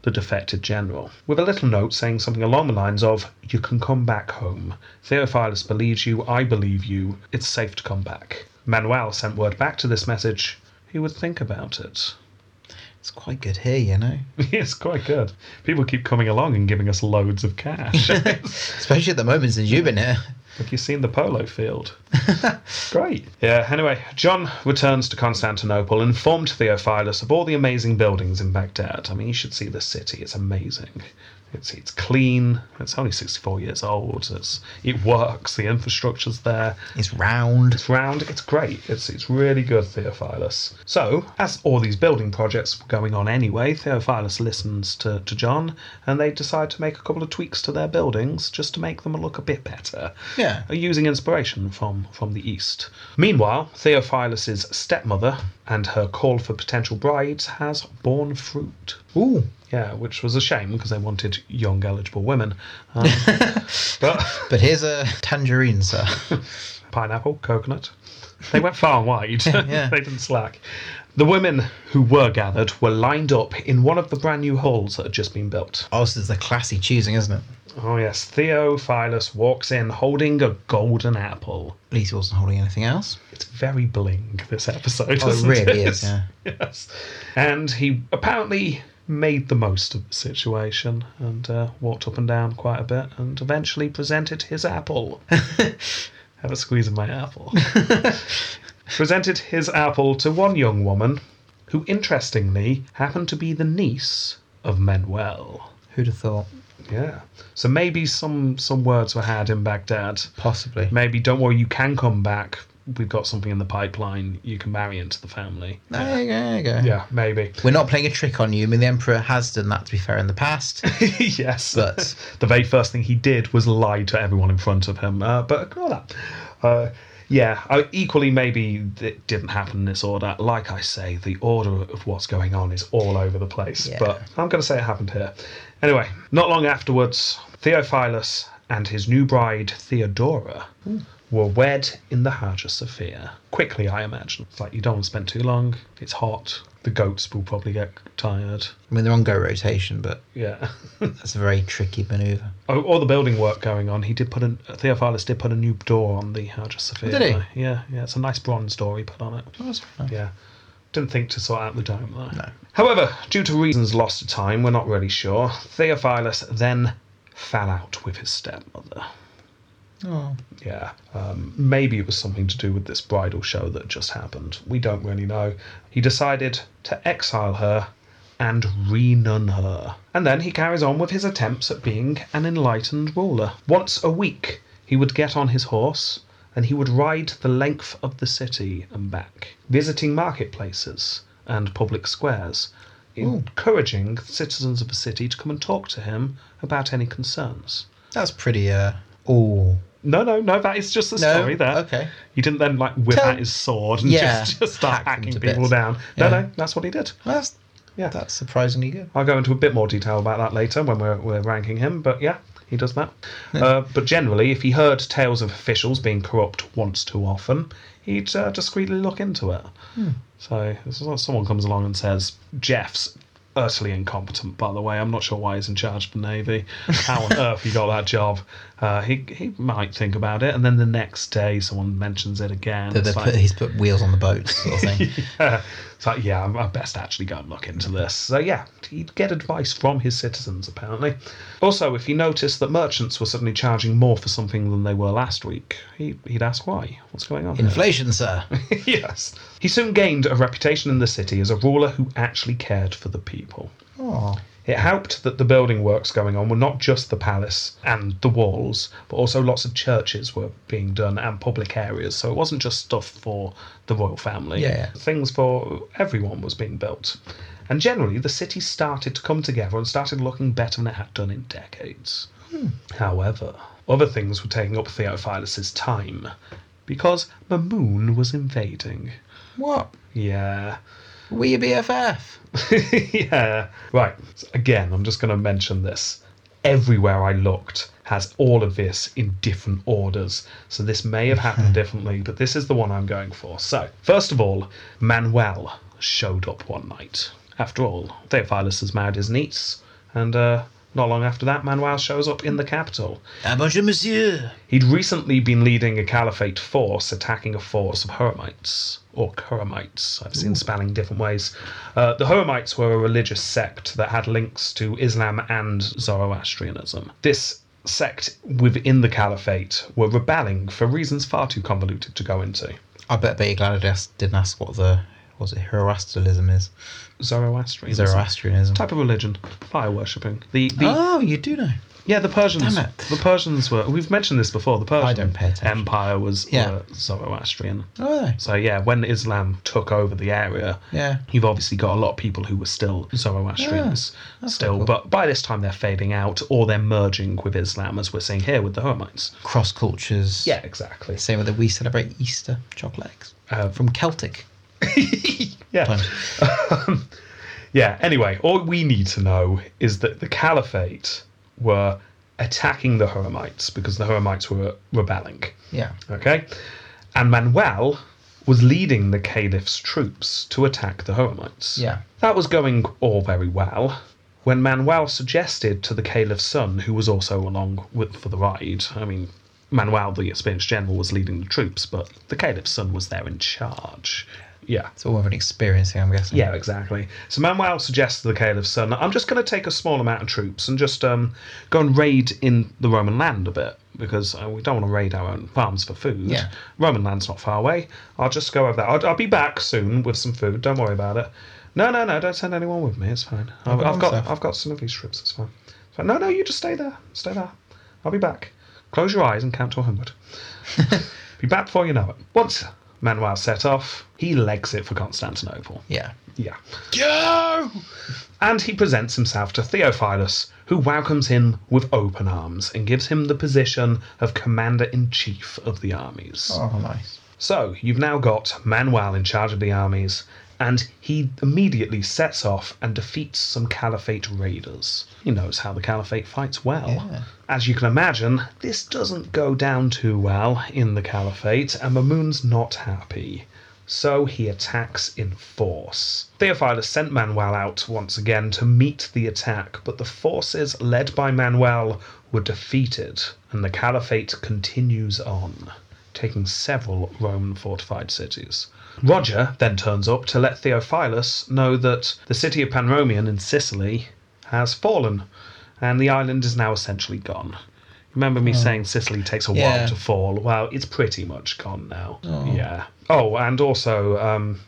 the defected general, with a little note saying something along the lines of, You can come back home. Theophilus believes you, I believe you, it's safe to come back. Manuel sent word back to this message, he would think about it. [laughs] It's quite good here, you know. it's quite good. People keep coming along and giving us loads of cash. Especially at the moment since you've been here. Have you seen the polo field? Great. Yeah, anyway, John returns to Constantinople, informed Theophilus of all the amazing buildings in Baghdad. I mean, you should see the city, it's amazing. It's, it's clean, it's only 64 years old, it's, it works, the infrastructure's there, It's round. it's round, it's great, it's, it's really good, Theophilus. So, as all these building projects were going on anyway, Theophilus listens to, to John, and they decide to make a couple of tweaks to their buildings just to make them look a bit better Yeah. are using inspiration from, from the East. Meanwhile, Theophilus's stepmother and her call for potential brides has borne fruit. Ooh. Yeah, which was a shame because they wanted young eligible women. Um, but But here's a tangerine, sir. pineapple, coconut. They went far and wide. Yeah. [laughs] they didn't slack. The women who were gathered were lined up in one of the brand new halls that had just been built. Oh, so it's the classy choosing, isn't it? Oh, yes. Theophilus walks in holding a golden apple. least he wasn't holding anything else. It's very bling, this episode. Oh, it isn't really is. Yeah. [laughs] Yes. And he apparently made the most of the situation and uh, walked up and down quite a bit and eventually presented [laughs] his apple. Have a squeeze of my apple. [laughs] presented his apple to one young woman who, interestingly, happened to be the niece of Manuel. Who'd have thought? Yeah. So maybe some some words were had in Baghdad. Possibly. Maybe don't worry, you can come back. We've got something in the pipeline. You can marry into the family. There you go. There you go. Yeah, maybe. We're not playing a trick on you. I mean, the Emperor has done that, to be fair, in the [laughs] past. [laughs] yes. But- the very first thing he did was lie to everyone in front of him. Uh, but ignore that. Uh, yeah, uh, equally, maybe it didn't happen in this order. Like I say, the order of what's going on is all over the place. Yeah. But I'm going to say it happened here. Anyway, not long afterwards, Theophilus and his new bride, Theodora, Hmm. were wed in the Hagia Sophia. Quickly, I imagine. It's like you don't want to spend too long, it's hot, the goats will probably get tired. I mean, they're on go rotation, but Yeah. [laughs] that's a very tricky maneuver. Oh, all the building work going on. He did put an Theophilus did put a new door on the Hagia Sophia. Did he? though. Yeah, yeah. It's a nice bronze door he put on it. Oh, that's fine. Yeah. Didn't think to sort out the dome though. No. However, due to reasons lost to time, we're not really sure. Theophilus then fell out with his stepmother. Oh. Yeah. Um, maybe it was something to do with this bridal show that just happened. We don't really know. He decided to exile her and renun her. And then he carries on with his attempts at being an enlightened ruler. Once a week, he would get on his horse and he would ride the length of the city and back, visiting marketplaces and public squares, encouraging the citizens of the city to come and talk to him about any concerns. That's pretty. Uh, oh. No, no, no. That is just the No? story there. Okay. He didn't then like whip Tell- out his sword and Yeah, just, just start hack them hacking to people bits. down. No, Yeah. no, that's what he did. Well, that's, Yeah, that's surprisingly good. I'll go into a bit more detail about that later when we're, we're ranking him. But yeah, he does that. uh, but generally, if he heard tales of officials being corrupt once too often, he'd uh, discreetly look into it. So this is what someone comes along and says, "Jeff's." Utterly incompetent, by the way. I'm not sure why he's in charge of the Navy. How on earth he got that job? Uh, he he might think about it, and then the next day someone mentions it again. That they It's like- put, he's put wheels on the boat, sort of [laughs] thing. it's like, yeah, I'm- I best actually go and look into this. So, yeah, he'd get advice from his citizens, apparently. Also, if he noticed that merchants were suddenly charging more for something than they were last week, he, he'd ask why. What's going on? here? Inflation, sir. [laughs] yes. He soon gained a reputation in the city as a ruler who actually cared for the people. Oh. It helped that the building works going on were not just the palace and the walls, but also lots of churches were being done and public areas. So it wasn't just stuff for the royal family. Yeah. Things for everyone was being built. And generally, the city started to come together and started looking better than it had done in decades. However, other things were taking up Theophilus's time because Mamoon was invading. What? Yeah. We your BFF. [laughs] yeah. Right. So Again, I'm just going to mention this. Everywhere I looked has all of this in different orders. So this may have happened differently, but this is the one I'm going for. So, first of all, Manuel showed up one night. After all, Theophilus has married his niece, and uh, not long after that, Manuel shows up in the capital. Ah, bonjour, monsieur. He'd recently been leading a caliphate force attacking a force of Hurrites, or Kuramites. I've seen spelling different ways. Uh, the Hurrites were a religious sect that had links to Islam and Zoroastrianism. This sect within the caliphate were rebelling for reasons far too convoluted to go into. I bet Betty Gladius didn't ask what the was it Zoroastrianism is. Zoroastrianism. Zoroastrianism. Type of religion, fire worshipping. The, the Oh, you do know. yeah, the Persians. Damn it. The Persians were. We've mentioned this before. The Persian I don't pay attention. Empire was Yeah. were Zoroastrian. Oh, are they? So yeah, when Islam took over the area, Yeah. you've obviously got a lot of people who were still Zoroastrians still, cool. but by this time they're fading out or they're merging with Islam, as we're seeing here with the Hermites. Cross cultures. Yeah, exactly. Same way that we celebrate Easter chocolate eggs Uh, from Celtic. Yeah. [laughs] Yeah. Anyway, all we need to know is that the Caliphate were attacking the Hermites because the Hermites were rebelling. Yeah. Okay? And Manuel was leading the caliph's troops to attack the Hurrites. Yeah. That was going all very well When Manuel suggested to the Caliph's son, who was also along with for the ride, I mean, Manuel, the experienced general, was leading the troops, but the Caliph's son was there in charge. Yeah. It's all of an experience here, I'm guessing. Yeah, exactly. So Manuel suggests to the Caliph's son, I'm just going to take a small amount of troops and just um, go and raid in the Roman land a bit because uh, we don't want to raid our own farms for food. Yeah. Roman land's not far away. I'll just go over there. I'll, I'll be back soon with some food. Don't worry about it. No, no, no. Don't send anyone with me. It's fine. I'll I've, go I've got myself. I've got some of these strips. It's fine. It's fine. No, no. You just stay there. Stay there. I'll be back. Close your eyes and count [laughs] to 100. be back before you know it. Once Manuel set off, he legs it for Constantinople. Yeah. Yeah. And he presents himself to Theophilus, who welcomes him with open arms and gives him the position of commander in chief of the armies. Oh, nice. So, you've now got Manuel in charge of the armies, and he immediately sets off and defeats some caliphate raiders. He knows how the caliphate fights well. Yeah. As you can imagine, this doesn't go down too well in the caliphate, and Mamun's not happy. So he attacks in force. Theophilus sent Manuel out once again to meet the attack, but the forces led by Manuel were defeated, and the caliphate continues on taking several Roman fortified cities. Roger then turns up to let Theophilus know that the city of Panromion in Sicily has fallen, and the island is now essentially gone. Remember me saying Sicily takes a Oh. Yeah. while to fall? Well, it's pretty much gone now. Oh. Yeah. Oh, and also, um,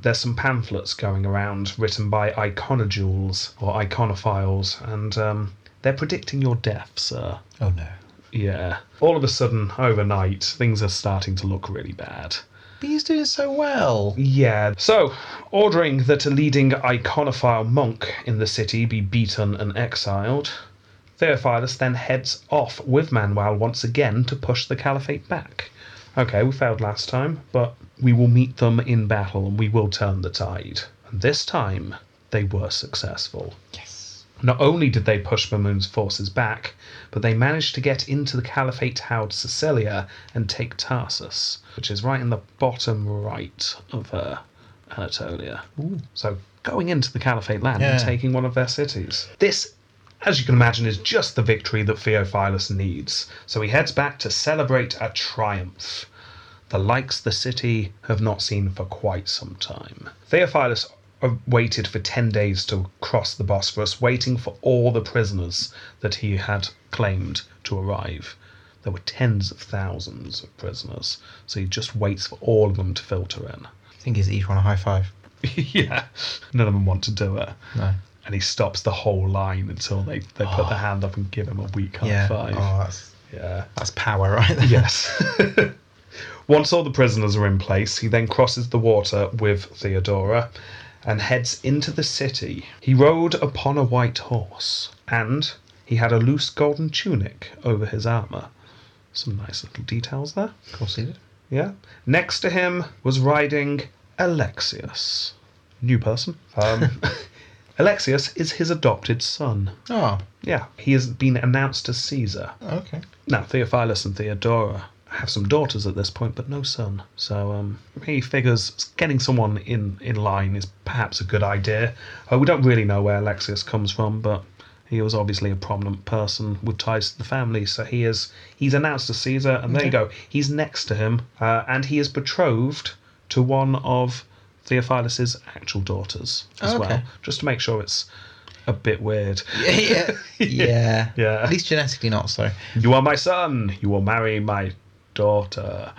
there's some pamphlets going around written by iconodules or iconophiles, and um, they're predicting your death, sir. Oh, no. Yeah. All of a sudden, overnight, things are starting to look really bad. But he's doing so well. Yeah. So, ordering that a leading iconophile monk in the city be beaten and exiled, Theophilus then heads off with Manuel once again to push the caliphate back. Okay, we failed last time, but we will meet them in battle and we will turn the tide. And this time, they were successful. Yes. Not only did they push Mamun's forces back, but they managed to get into the caliphate held Sicilia and take Tarsus, which is right in the bottom right of uh, Anatolia. So going into the caliphate land and Yeah. taking one of their cities. This, as you can imagine, is just the victory that Theophilus needs. So he heads back to celebrate a triumph the likes the city have not seen for quite some time. Theophilus uh, waited for 10 days to cross the Bosphorus, waiting for all the prisoners that he had claimed to arrive. There were tens of thousands of prisoners, so he just waits for all of them to filter in. [laughs] I think he's each one a high five. yeah, none of them want to do it. No. And he stops the whole line until they, they put their hand up and give him a weak high Yeah. five. Oh, that's, Yeah. that's power right [laughs] there. Yes. Once all the prisoners are in place, he then crosses the water with Theodora and heads into the city. He rode upon a white horse, and he had a loose golden tunic over his armour. Some nice little details there. Of course he did. Yeah. Next to him was riding Alexius. New person. Um, Alexius is his adopted son. Oh, Yeah. He has been announced as Caesar. okay. Now, Theophilus and Theodora have some daughters at this point, but no son. So um, he figures getting someone in, in line is perhaps a good idea. Uh, we don't really know where Alexius comes from, but he was obviously a prominent person with ties to the family. So he is he's announced as Caesar, and there you go. He's next to him, uh, and he is betrothed to one of Theophilus's actual daughters as Oh, okay. well, just to make sure it's a bit weird. yeah. [laughs] yeah. Yeah. At least genetically not so. You are my son. You will marry my daughter.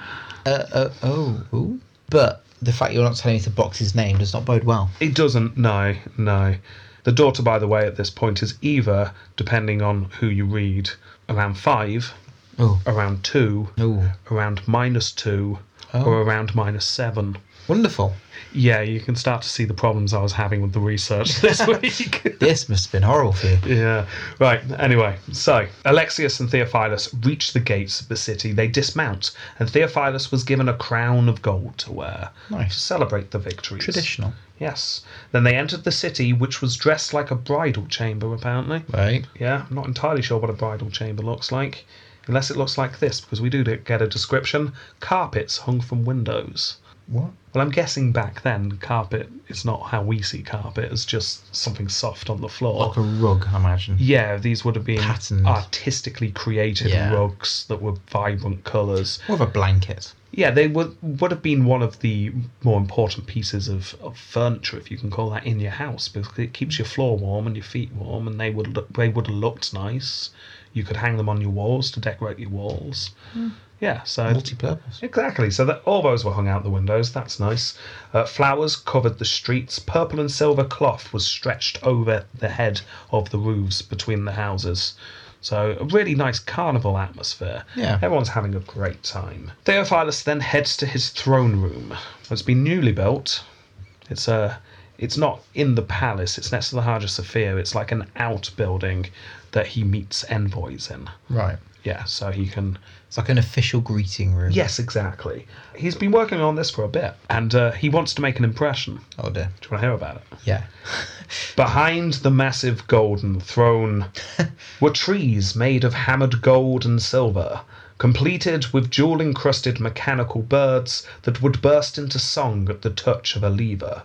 Uh, uh, oh, ooh. But the fact you're not telling me to box his name does not bode well. It doesn't. No, no. The daughter, by the way, at this point is either, depending on who you read, around five, Oh. around two, Oh. around minus two, Oh. or around minus seven. Wonderful. Yeah, you can start to see the problems I was having with the research [laughs] this week. This must have been horrible for you. Yeah. Right. Anyway, so Alexius and Theophilus reach the gates of the city. They dismount, and Theophilus was given a crown of gold to wear Nice. to celebrate the victories. Traditional. Yes. Then they entered the city, which was dressed like a bridal chamber, apparently. Right. Yeah, I'm not entirely sure what a bridal chamber looks like, unless it looks like this, because we do get a description. Carpets hung from windows. What? Well, I'm guessing back then, carpet is not how we see carpet, it's just something soft on the floor. Like a rug, I imagine. Yeah, these would have been Patterned. artistically created Yeah. rugs that were vibrant colours. More of a blanket. Yeah, they would would have been one of the more important pieces of, of furniture, if you can call that, in your house because it keeps your floor warm and your feet warm, and they would look, they would have looked nice. You could hang them on your walls to decorate your walls. Yeah, so Multi-purpose. Exactly. So that all those were hung out the windows. That's nice. Uh, flowers covered the streets. Purple and silver cloth was stretched over the head of the roofs between the houses. So a really nice carnival atmosphere. Yeah. Everyone's having a great time. Theophilus then heads to his throne room. It's been newly built. It's a. It's not in the palace. It's next to the Hagia Sophia. It's like an outbuilding that he meets envoys in. Right. Yeah. So he can It's like an official greeting room. Yes, exactly. He's been working on this for a bit, and uh, he wants to make an impression. Oh dear. Do you want to hear about it? Yeah. Behind the massive golden throne were trees made of hammered gold and silver, completed with jewel encrusted mechanical birds that would burst into song at the touch of a lever.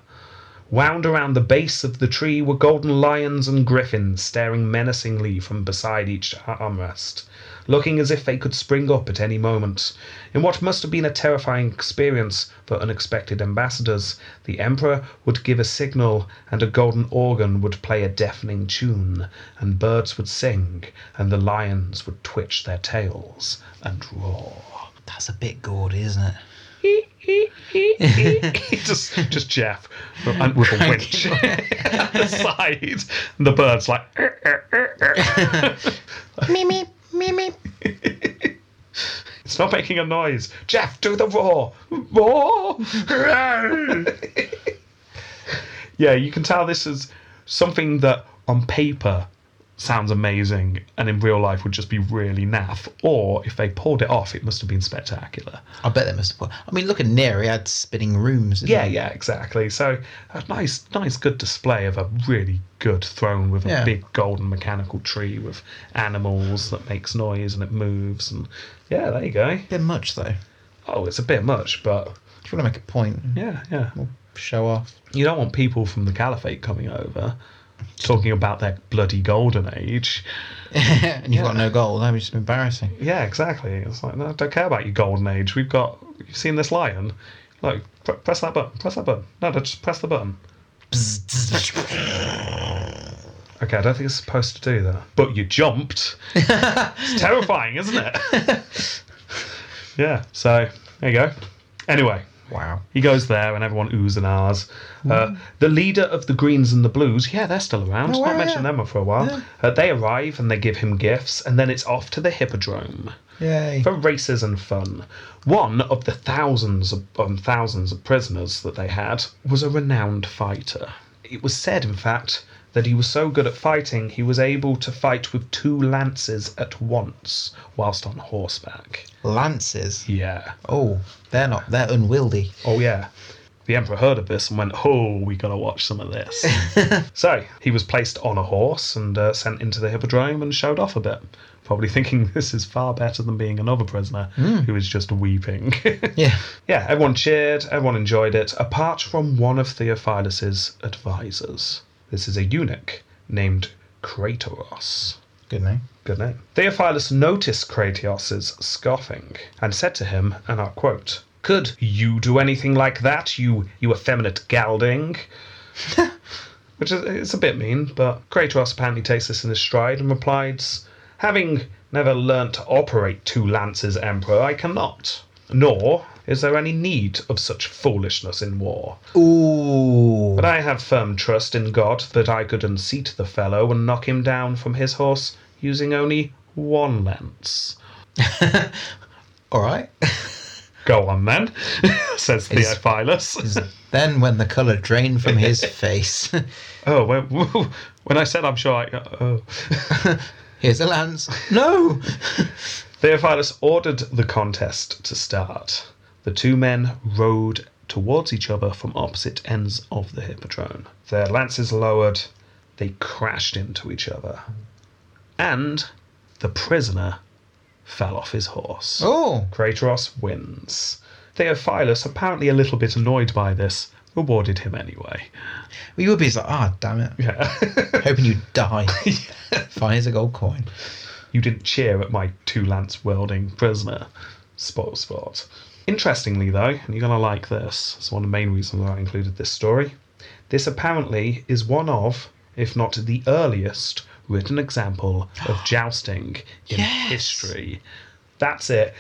Wound around the base of the tree were golden lions and griffins staring menacingly from beside each armrest, looking as if they could spring up at any moment. In what must have been a terrifying experience for unexpected ambassadors, the emperor would give a signal, and a golden organ would play a deafening tune, and birds would sing, and the lions would twitch their tails and roar. That's a bit gaudy, isn't it? [laughs] just, just Jeff with a with a winch [laughs] at the side. And the bird's like, "Er, er, er, er." Meep, meep, meep, meep. it's not making a noise. Jeff, do the roar, roar. yeah, you can tell this is something that on paper sounds amazing and in real life would just be really naff. Or if they pulled it off, it must have been spectacular. I bet they must have. put- I mean, look at Near. He had spinning rooms. didn't Yeah, he? yeah, exactly. So a nice, nice, good display of a really good throne with a Yeah. big golden mechanical tree with animals that makes noise and it moves and yeah, there you go. Bit much though. Oh, it's a bit much, but If you want to make a point, yeah, yeah. show [laughs] off. You don't want people from the caliphate coming over talking about their bloody golden age. and you've got Yeah. no goal. That'd be just [laughs] embarrassing. Yeah, exactly. It's like no, I don't care about your golden age. We've got you've seen this lion. Like pr- press that button. Press that button. No, no, just press the button. Okay, I don't think it's supposed to do that. But you jumped. [laughs] it's terrifying, isn't it? [laughs] yeah, so there you go. Anyway, Wow. he goes there and everyone oohs and ahs. Uh, the leader of the Greens and the Blues, yeah, they're still around. Mm. Oh, Not wow, mentioned yeah. them for a while. Yeah. Uh, they arrive and they give him gifts, and then it's off to the Hippodrome Yay. for races and fun. One of the thousands of, um, thousands of prisoners that they had was a renowned fighter. It was said, in fact, that he was so good at fighting he was able to fight with two lances at once whilst on horseback. Lances. Yeah. Oh, they're not. They're unwieldy. Oh, yeah. The Emperor heard of this and went, Oh, we gotta watch some of this. so he was placed on a horse and uh, sent into the Hippodrome and showed off a bit, probably thinking [laughs] this is far better than being another prisoner who is just weeping. [laughs] Yeah. yeah, everyone cheered, everyone enjoyed it, apart from one of Theophilus's advisors. This is a eunuch named Crateros. Good name. Good name. Theophilus noticed Cratios's scoffing and said to him, and I'll quote, Could you do anything like that, you, you effeminate gelding? [laughs] Which is it's a bit mean, but Kratos apparently takes this in his stride and replies, Having never learnt to operate two lances, Emperor, I cannot. Nor is there any need of such foolishness in war. Ooh. But I have firm trust in God that I could unseat the fellow and knock him down from his horse using only one lance. All right. [laughs] Go on then, [laughs] says Is- Theophilus. then when the colour drained from [laughs] his face, [laughs] oh, when, [laughs] when I said I'm sure I. Oh. [laughs] here's a lance. No. Theophilus ordered the contest to start. The two men rode towards each other from opposite ends of the Hippodrome. Their lances lowered, they crashed into each other. And the prisoner fell off his horse. Oh. Kratos wins. Theophilus, apparently a little bit annoyed by this, rewarded him anyway. [laughs] Well, you would be like, ah, damn it. Yeah. Hoping you [laughs] die. Fine as a gold coin. you didn't cheer at my two lance wielding prisoner. Spot spot. Interestingly, though, and you're going to like this, it's one of the main reasons I included this story. This apparently is one of, if not the earliest, written example [gasps] of jousting in Yes. history. That's it.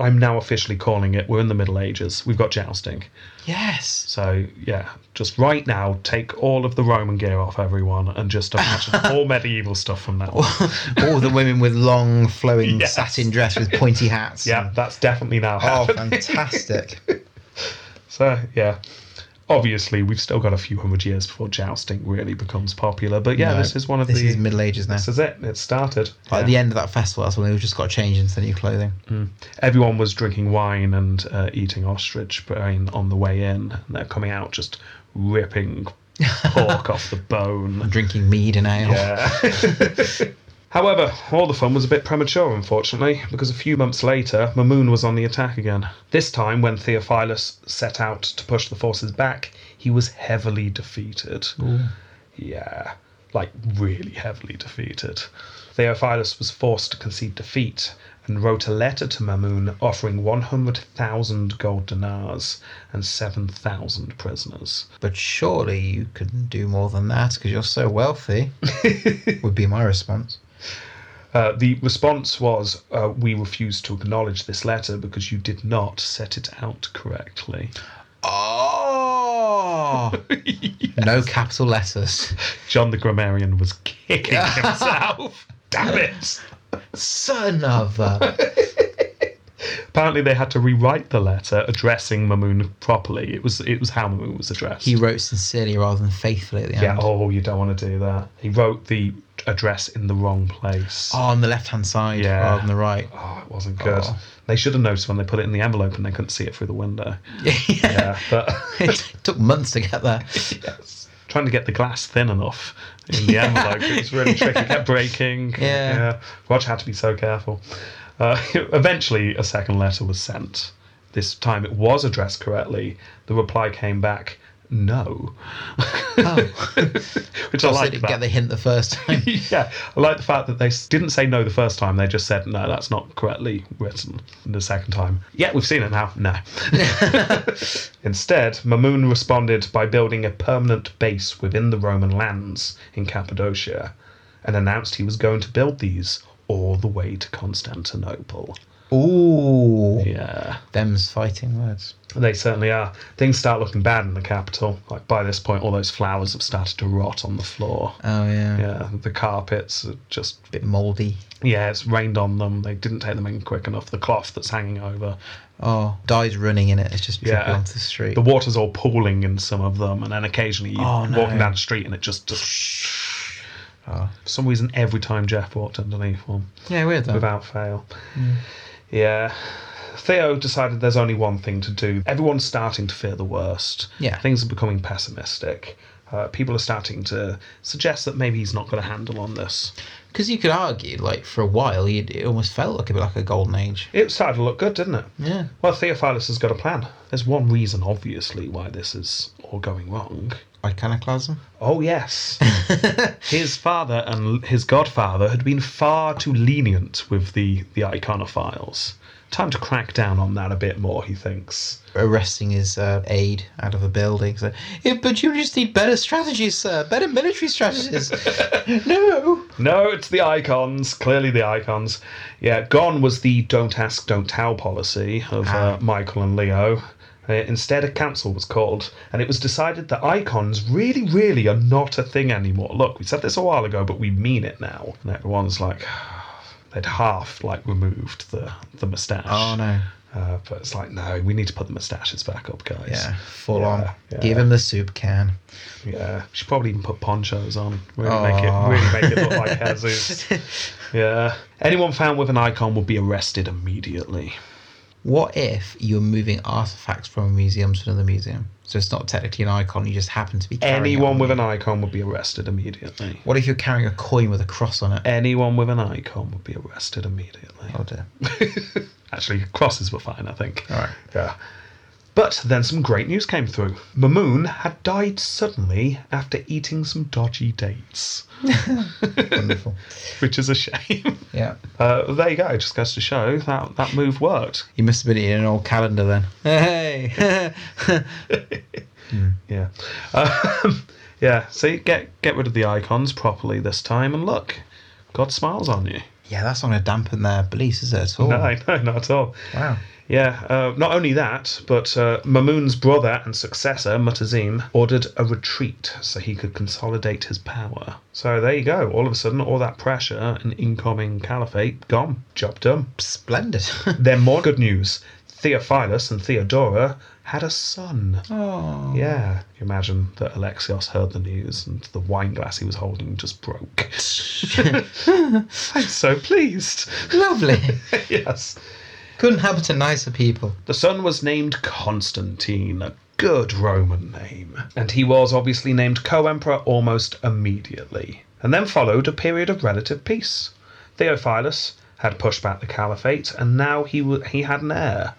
I'm now officially calling it. We're in the Middle Ages. We've got jousting. Yes. So, yeah, just right now, take all of the Roman gear off everyone and [laughs] just imagine all medieval stuff from that one. All the women with long, flowing Yes. satin dress with pointy hats. Yeah, and- that's definitely now Oh, happening. fantastic. So yeah, obviously we've still got a few hundred years before jousting really becomes popular. But [laughs] yeah, No, this is one of This the. is Middle Ages now. this is it. It started. Like Yeah. Mm. at the end of that festival, that's when they just got changed into new clothing. Everyone was drinking wine and uh, eating ostrich brain on the way in. And they're coming out just [laughs] ripping pork off the bone. Drinking mead and ale. [laughs] However, all the fun was a bit premature, unfortunately, because a few months later, Mamun was on the attack again. This time, when Theophilus set out to push the forces back, he was heavily defeated. Yeah, like really heavily defeated. Theophilus was forced to concede defeat and wrote a letter to Mamun offering 100,000 gold dinars and 7,000 prisoners. But surely you couldn't do more than that because you're so [laughs] wealthy, would be my response. Uh, the response was, uh, "We refuse to acknowledge this letter because you did not set it out correctly." Oh! [laughs] No capital letters. John the Grammarian was kicking himself. Damn it! Son of [laughs] a. Apparently, they had to rewrite the letter addressing Mamoon properly. It was it was how Mamoon was addressed. He wrote sincerely rather than faithfully at the yeah. end. Oh, you don't want to do that. He wrote the address in the wrong place. Oh, on the left hand side Yeah. rather than the right. [laughs] Oh, it wasn't good. Oh. They should have noticed when they put it in the envelope and they couldn't see it through the [laughs] window. yeah. Yeah, but. [laughs] it took months to get there. [laughs] trying to get the glass thin enough in the envelope. It was really tricky. It [laughs] kept breaking. Yeah. Roger had to be so careful. Uh, [laughs] eventually, a second letter was sent. This time it was addressed correctly. The reply came back, no. Oh, [laughs] Which so I they like didn't that. get the hint the [laughs] first time. yeah, I like the fact that they s- didn't say no the first time. They just said, no, that's not correctly written the second time. Yeah, we've seen it now. No. Instead, Mamun responded by building a permanent base within the Roman lands in Cappadocia and announced he was going to build these all the way to Constantinople. Ooh. Yeah. Them's fighting words. They certainly are. Things start looking bad in the capital. Like by this point, all those flowers have started to rot on the floor. Oh, yeah. Yeah, the carpets are just Bit mouldy. Yeah, it's rained on them. They didn't take them in quick enough. The cloth that's hanging over. Oh, dye's running in it. It's just dripping Yeah. onto the street. The water's all pooling in some of them, and then occasionally you Oh, no. walking down the street and it just. just For some reason, every time Jeff walked underneath one, yeah, weird though. without fail. Mm. Yeah. Theo decided there's only one thing to do. Everyone's starting to fear the worst. Yeah. Things are becoming pessimistic. Uh, people are starting to suggest that maybe he's not going to handle on this. Because you could argue, like for a while, you'd, it almost felt like a bit like a golden age. It started to look good, didn't it? Yeah. Well, Theophilus has got a plan. There's one reason, obviously, why this is all going wrong. Iconoclasm. Oh, yes. his father and his godfather had been far too lenient with the, the iconophiles. Time to crack down on that a bit more, he thinks. Arresting his uh, aide out of a building. So, "Yeah, but you just need better strategies, sir. Better military [laughs] strategies. no. No, it's the icons. Clearly, the icons. Yeah, gone was the don't ask, don't tell policy of Ah. uh, Michael and Leo. Uh, instead, a council was called, and it was decided that icons really, really are not a thing anymore. Look, we said this a while ago, but we mean it now. And everyone's like, [sighs] they'd half like removed the the moustache. Oh no. Uh, but it's like, no, we need to put the moustaches back up, guys. Yeah. Full Yeah, on. yeah. Give him the soup can. Yeah, she probably even put ponchos on. Really make Aw. it really make it look [laughs] like Jesus. yeah. Anyone found with an icon would be arrested immediately. What if you're moving artifacts from a museum to another museum? So it's not technically an icon. You just happen to be carrying it Anyone on with you. an icon would be arrested immediately. What if you're carrying a coin with a cross on it? Anyone with an icon would be arrested immediately. Oh dear. Actually, crosses were fine, I think. All right. Yeah. But then some great news came through. Mamoon had died suddenly after eating some dodgy dates, Wonderful. [laughs] which is a shame. [laughs] Yeah. Uh, there you go. It just goes to show that that move worked. You must have been eating an old calendar then. [laughs] Hey. Yeah. Um, [laughs] yeah. See, get get rid of the icons properly this time, and look, God smiles on you. yeah, that's not going to dampen their beliefs, is it at all? [laughs] No, no, not at all. Wow. Yeah, uh, not only that, but uh, Mamoon's brother and successor, Mutazim, ordered a retreat so he could consolidate his power. So there you go. All of a sudden, all that pressure and incoming caliphate gone. Job done. Splendid. [laughs] Then more good news Theophilus and Theodora had a son. oh. Yeah, you imagine that Alexios heard the news and the wine glass he was holding just broke. [laughs] I'm so pleased. [laughs] [laughs] Lovely. yes. Couldn't happen to nicer people. The son was named Constantine, a good Roman name, and he was obviously named co emperor almost immediately. And then followed a period of relative peace. Theophilus had pushed back the caliphate, and now he, w- he had an heir.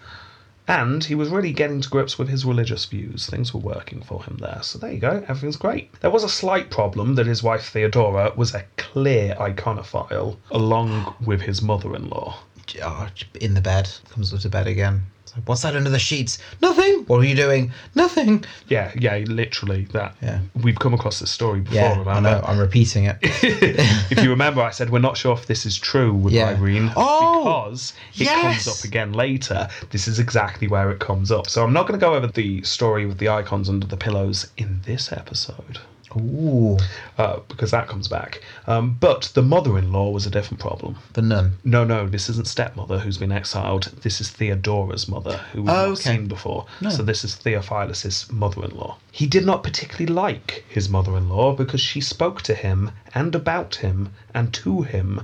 And he was really getting to grips with his religious views. Things were working for him there. So there you go, everything's great. There was a slight problem that his wife Theodora was a clear iconophile, along with his mother in law. Oh, in the bed. Comes up to bed again. It's like, What's that under the sheets? Nothing. What are you doing? Nothing. Yeah, yeah, literally that. Yeah. We've come across this story before Yeah, about I know. I'm repeating it. that. if you remember, I said we're not sure if this is true with Yeah. Irene Oh, because it yes. comes up again later. This is exactly where it comes up. So I'm not going to go over the story with the icons under the pillows in this episode Ooh, uh, because that comes back. Um, but the mother-in-law was a different problem. the nun. No, no, this isn't stepmother who's been exiled. This is Theodora's mother, who we've Oh, not okay. seen before. No. So this is Theophilus's mother-in-law. He did not particularly like his mother-in-law because she spoke to him and about him and to him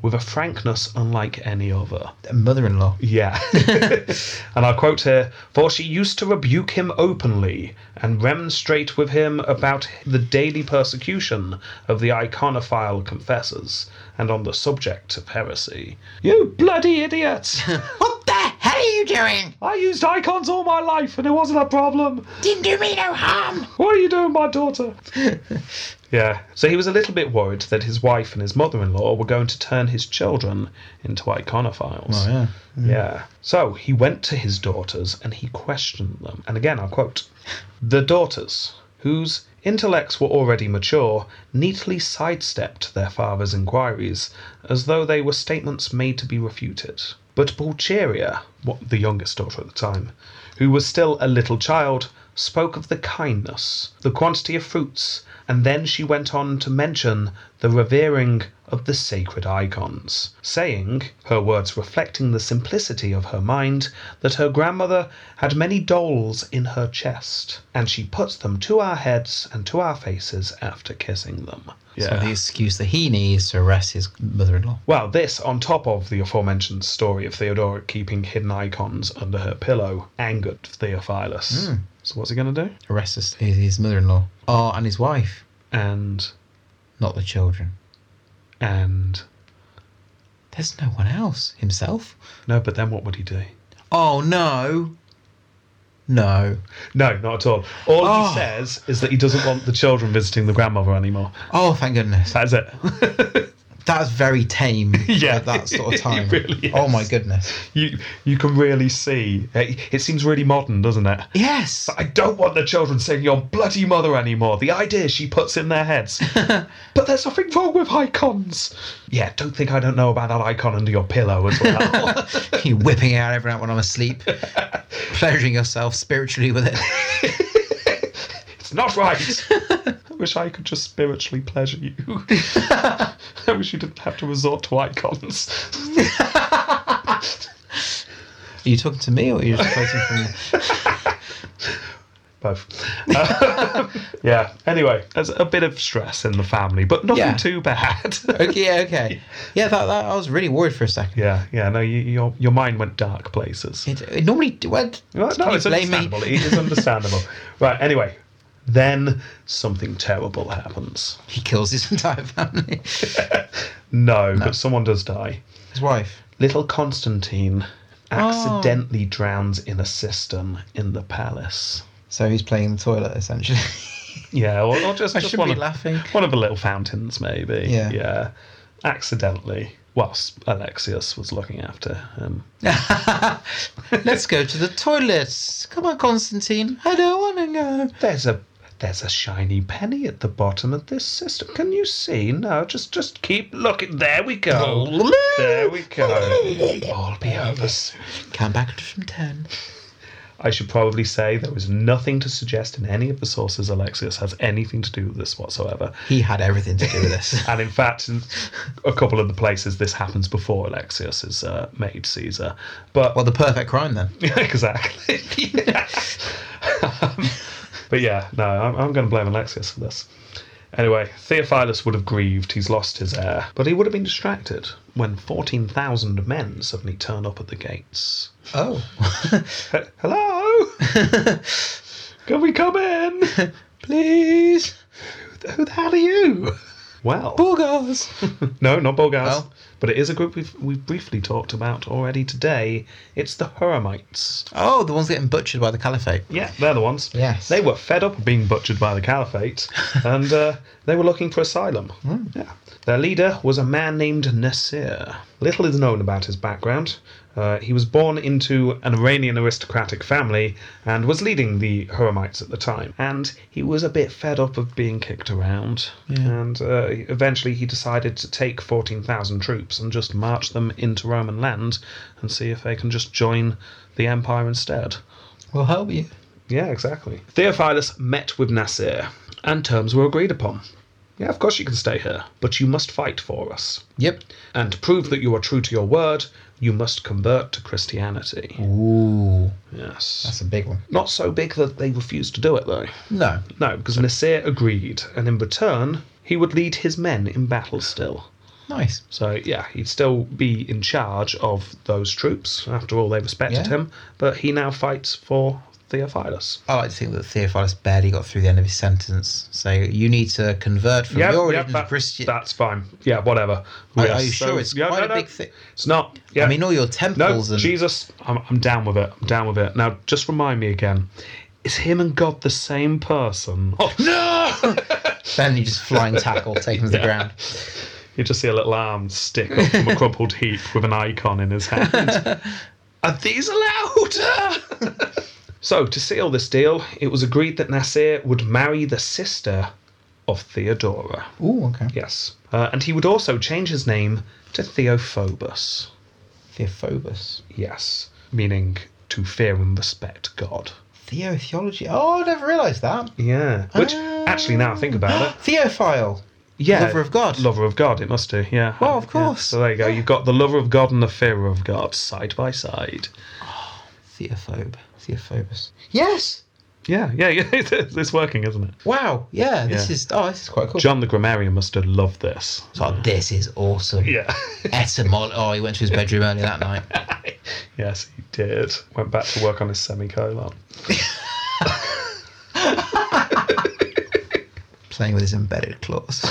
with a frankness unlike any other. Mother-in-law. Yeah. [laughs] and I'll quote here For she used to rebuke him openly and remonstrate with him about the daily persecution of the iconophile confessors and on the subject of heresy. You bloody idiot! What the hell are you doing? I used icons all my life and it wasn't a problem. Didn't do me no harm. What are you doing, my daughter? yeah. So he was a little bit worried that his wife and his mother in law were going to turn his children into iconophiles. Oh yeah. Yeah. So he went to his daughters and he questioned them. And again, I'll quote The daughters, whose intellects were already mature, neatly sidestepped their father's inquiries as though they were statements made to be refuted. But Pulcheria, what, the youngest daughter at the time, who was still a little child, spoke of the kindness, the quantity of fruits, and then she went on to mention the revering of the sacred icons, saying, her words reflecting the simplicity of her mind, that her grandmother had many doles in her chest, and she put them to our heads and to our faces after kissing them. So the excuse that he needs to arrest his mother-in-law. Well, this on top of the aforementioned story of Theodora keeping hidden icons under her pillow angered Theophilus. So what's he going to do? Arrest his, his mother-in-law. Oh, and his wife, And not the children. and There's no one else. Himself. no, but then what would he do? Oh no. No. No, not at all. All Oh. he says is that he doesn't want the children visiting the grandmother anymore. Oh, thank goodness. That's it. [laughs] That's very tame. Yeah. At that sort of [laughs] It time. really Oh is. my goodness. you you can really see. It, it seems really modern, doesn't it? Yes. I don't want the children seeing your bloody mother anymore. The idea she puts in their heads. but there's nothing wrong with icons. Yeah, don't think I don't know about that icon under your pillow as well. you whipping it out every night when I'm [laughs] asleep, pleasuring yourself spiritually with it. it's not right. I wish I could just spiritually pleasure you. I wish you didn't have to resort to icons. Are you talking to me or are you [laughs] just quoting from? Both. Uh, [laughs] yeah. Anyway, there's a bit of stress in the family, but nothing Yeah. too bad. [laughs] Okay, yeah, okay, yeah. That, that I was really worried for a second. yeah. Yeah. No, you, your your mind went dark places. It, it normally well, Well, can no, you it's blame me? understandable. It is understandable. right, anyway. Then something terrible happens. [laughs] He kills his entire family. [laughs] No, but someone does die. His wife. Little Constantine Oh. accidentally drowns in a cistern in the palace. So he's playing the toilet essentially. [laughs] Yeah, or, or just, I just should one, be of, laughing. one of the little fountains, maybe. Yeah. Yeah. Accidentally, whilst Alexius was looking after um, him. Let's go to the toilet. Come on, Constantine. I don't want to go. There's a there's a shiny penny at the bottom of this system. Can you see? No, just just keep looking. There we go. There we go. All be over. soon. Count back from ten. I should probably say there was nothing to suggest in any of the sources Alexius has anything to do with this whatsoever. He had everything to do with [laughs] this. And in fact, in a couple of the places this happens before Alexius is uh, made Caesar. But well, the perfect crime then. [laughs] exactly. Um, but yeah, no, I'm, I'm going to blame Alexius for this. Anyway, Theophilus would have grieved he's lost his heir, but he would have been distracted when 14,000 men suddenly turn up at the gates. Oh, [laughs] He- Hello? Can we come in? please, Who the hell are you? Well, Bulgars. no, not Bulgars. Oh. But it is a group we've, we've briefly talked about already today. It's the Huramites. Oh, the ones getting butchered by the caliphate. Yeah, they're the ones. Yes. They were fed up of being butchered by [laughs] the caliphate and uh, they were looking for asylum. Hmm. Yeah. Their leader was a man named Nasir. Little is known about his background. Uh, he was born into an Iranian aristocratic family and was leading the Huramites at the time. And he was a bit fed up of being kicked around. And uh, eventually he decided to take 14,000 troops and just march them into Roman land and see if they can just join the empire instead. We'll help you. Yeah, exactly. Theophilus met with Nasir, and terms were agreed upon. Yeah, of course you can stay here, but you must fight for us. Yep. And to prove that you are true to your word, you must convert to Christianity. Ooh, Yes. that's a big one. Not so big that they refused to do it, though. No. No, because Nasir agreed, and in return, he would lead his men in battle still. Nice. So, yeah, he'd still be in charge of those troops. After all, they respected Yeah. him, but he now fights for Theophilus. I like to think that Theophilus barely got through the end of his sentence. So you need to convert from your religion to that- Christian. That's fine. Yeah, whatever. Are- Yes, are you so- sure it's yeah, quite no, a no, big thing? It's not. Yeah. I mean, all your temples no, and Jesus, I'm, I'm down with it. I'm down with it. Now, just remind me again. Is him and God the same person? Oh, no! then you just flying tackle, take [laughs] him to the ground. you just see a little arm stick up from a crumpled heap with an icon in [laughs] his hand. Are these allowed? so, to seal this deal, it was agreed that Nasir would marry the sister of Theodora. Ooh, okay. Yes. Uh, and he would also change his name to Theophobus. Theophobus. Yes. Meaning to fear and respect God. Theo theology. Oh, I never realised that. Yeah. Which, Ah. actually, now I think about it. [gasps] Theophile. Yeah. Lover of God. Lover of God, it must do, yeah. Well, of Yeah. course. So there you go. You've got the lover of God and the fearer of God side by side. Theophobe. Theophobus. Yes. Yeah, yeah, yeah. [laughs] It's, it's working, isn't it? Wow. Yeah. This Yeah. is. Oh, this is quite cool. John the Grammarian must have loved this. It's like, this is awesome. Yeah. Etymology. Oh, he went to his bedroom early that night. [laughs] yes, he did. Went back to work on his semicolon. Playing with his embedded claws.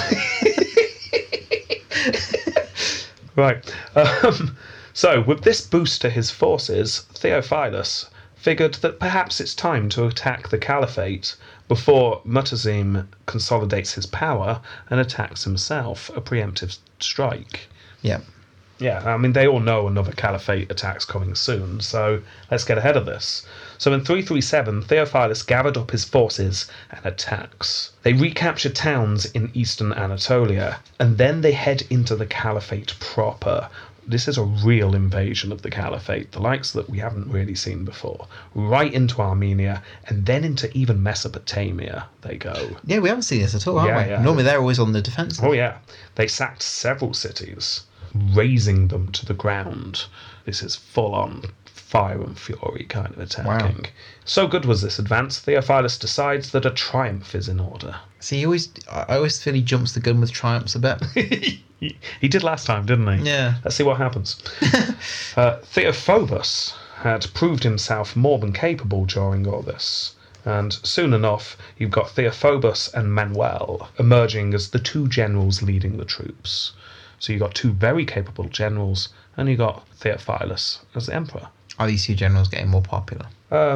Right. [laughs] Um, so, with this boost to his forces, Theophilus figured that perhaps it's time to attack the caliphate before Mutazim consolidates his power and attacks himself, a preemptive strike. yep. Yeah, I mean, they all know another caliphate attack's coming soon, so let's get ahead of this. So in 337, Theophilus gathered up his forces and attacks. They recapture towns in eastern Anatolia, and then they head into the caliphate proper. This is a real invasion of the caliphate, the likes that we haven't really seen before. Right into Armenia, and then into even Mesopotamia they go. Yeah, we haven't seen this at all, have Yeah, we? yeah. Normally they're always on the defensive. Oh, yeah. They sacked several cities, razing them to the ground. This is full on fire and fury kind of attacking. So good was this advance, Theophilus decides that a triumph is in order. [laughs] See, he always. I I always feel he jumps the gun with triumphs a [laughs] bit. He, he did last time, didn't he? Yeah. Let's see what happens. uh, Theophobus had proved himself more than capable during all this. And soon enough, you've got Theophobus and Manuel emerging as the two generals leading the troops. So you've got two very capable generals, and you've got Theophilus as the emperor. Are these two generals getting more popular?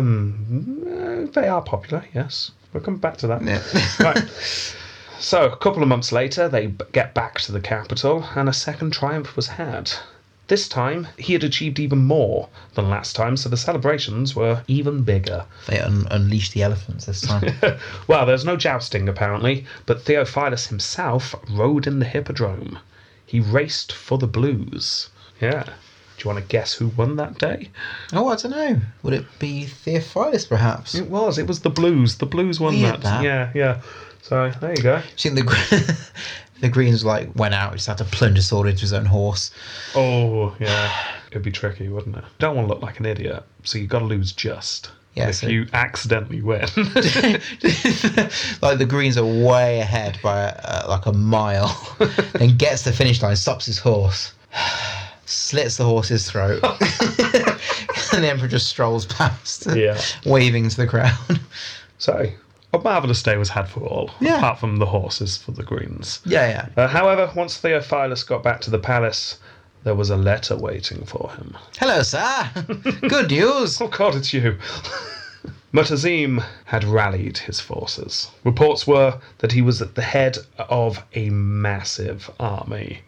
Um, uh, they are popular, yes. We'll come back to that. Yeah. right. So, a couple of months later, they b- get back to the capital, and a second triumph was had. This time, he had achieved even more than last time, so the celebrations were even bigger. [laughs] They un- unleash the elephants this time. [laughs] Well, there's no jousting, apparently, but Theophilus himself rode in the hippodrome. He raced for the blues. Yeah. Do you want to guess who won that day? oh, I don't know. Would it be Theophilus, perhaps? It was. It was the blues. The blues won Weird that. that. Yeah, yeah. So, there you go. Do you think the, gre- [laughs] the Greens like went out and just had to plunge a sword into his own horse? Oh, yeah. It'd be tricky, wouldn't it? Don't want to look like an idiot, so you've got to lose just. Yeah, if so- you accidentally win. [laughs] [laughs] like the Greens are way ahead by uh, like a mile, [laughs] and gets to the finish line, stops his horse, [sighs] slits the horse's throat, [laughs] and the Emperor just strolls past, [laughs] Yeah. waving to the crowd. [laughs] so, a marvellous day was had for all, Yeah. apart from the horses for the Greens. yeah, yeah. Uh, however, once Theophilus got back to the palace, there was a letter waiting for him. Hello, [laughs] sir. Good news. Oh God, it's you. [laughs] Mutazim had rallied his forces. Reports were that he was at the head of a massive army.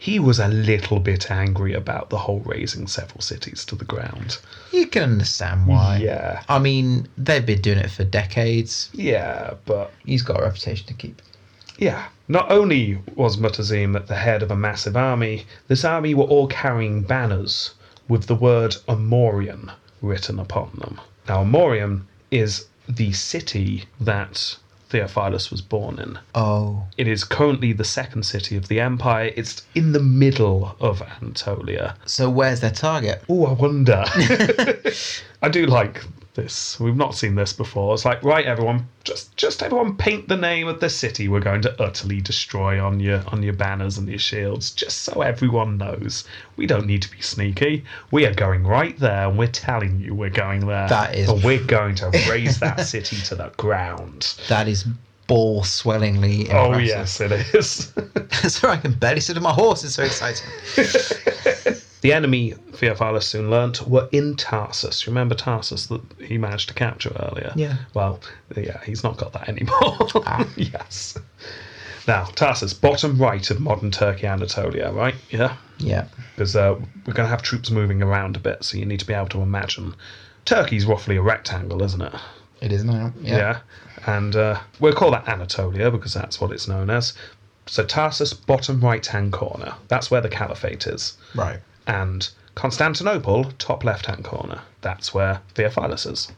He was a little bit angry about the whole raising several cities to the ground. You can understand why. Yeah. I mean, they've been doing it for decades. Yeah, but He's got a reputation to keep. yeah. Not only was Mutazim at the head of a massive army, this army were all carrying banners with the word Amorian written upon them. Now, Amorian is the city that Theophilus was born in. Oh. It is currently the second city of the empire. It's in the middle of Anatolia. So where's their target? Oh, I wonder. [laughs] I do like this. We've not seen this before. It's like, right, everyone, just just everyone paint the name of the city we're going to utterly destroy on your on your banners and your shields, just so everyone knows. We don't need to be sneaky. We are going right there and we're telling you we're going there. That is- and we're going to raise that city to the [laughs] ground. That is ball swellingly impressive. [laughs] Oh yes, it is. [laughs] Sorry, I can barely sit on my horse. It's so exciting. The enemy, Theophilus soon learnt, were in Tarsus. Remember Tarsus that he managed to capture earlier? Yeah. Ah. Well, yeah, he's not got that anymore. [laughs] yes. Now, Tarsus, bottom right of modern Turkey, Anatolia, right? Yeah. yeah. Because uh, we're going to have troops moving around a bit, so you need to be able to imagine. Turkey's roughly a rectangle, isn't it? It is now. Yeah. Yeah. And uh, we'll call that Anatolia because that's what it's known as. So Tarsus, bottom right hand corner. That's where the caliphate is Right. and Constantinople, top left hand corner. That's where Theophilus is.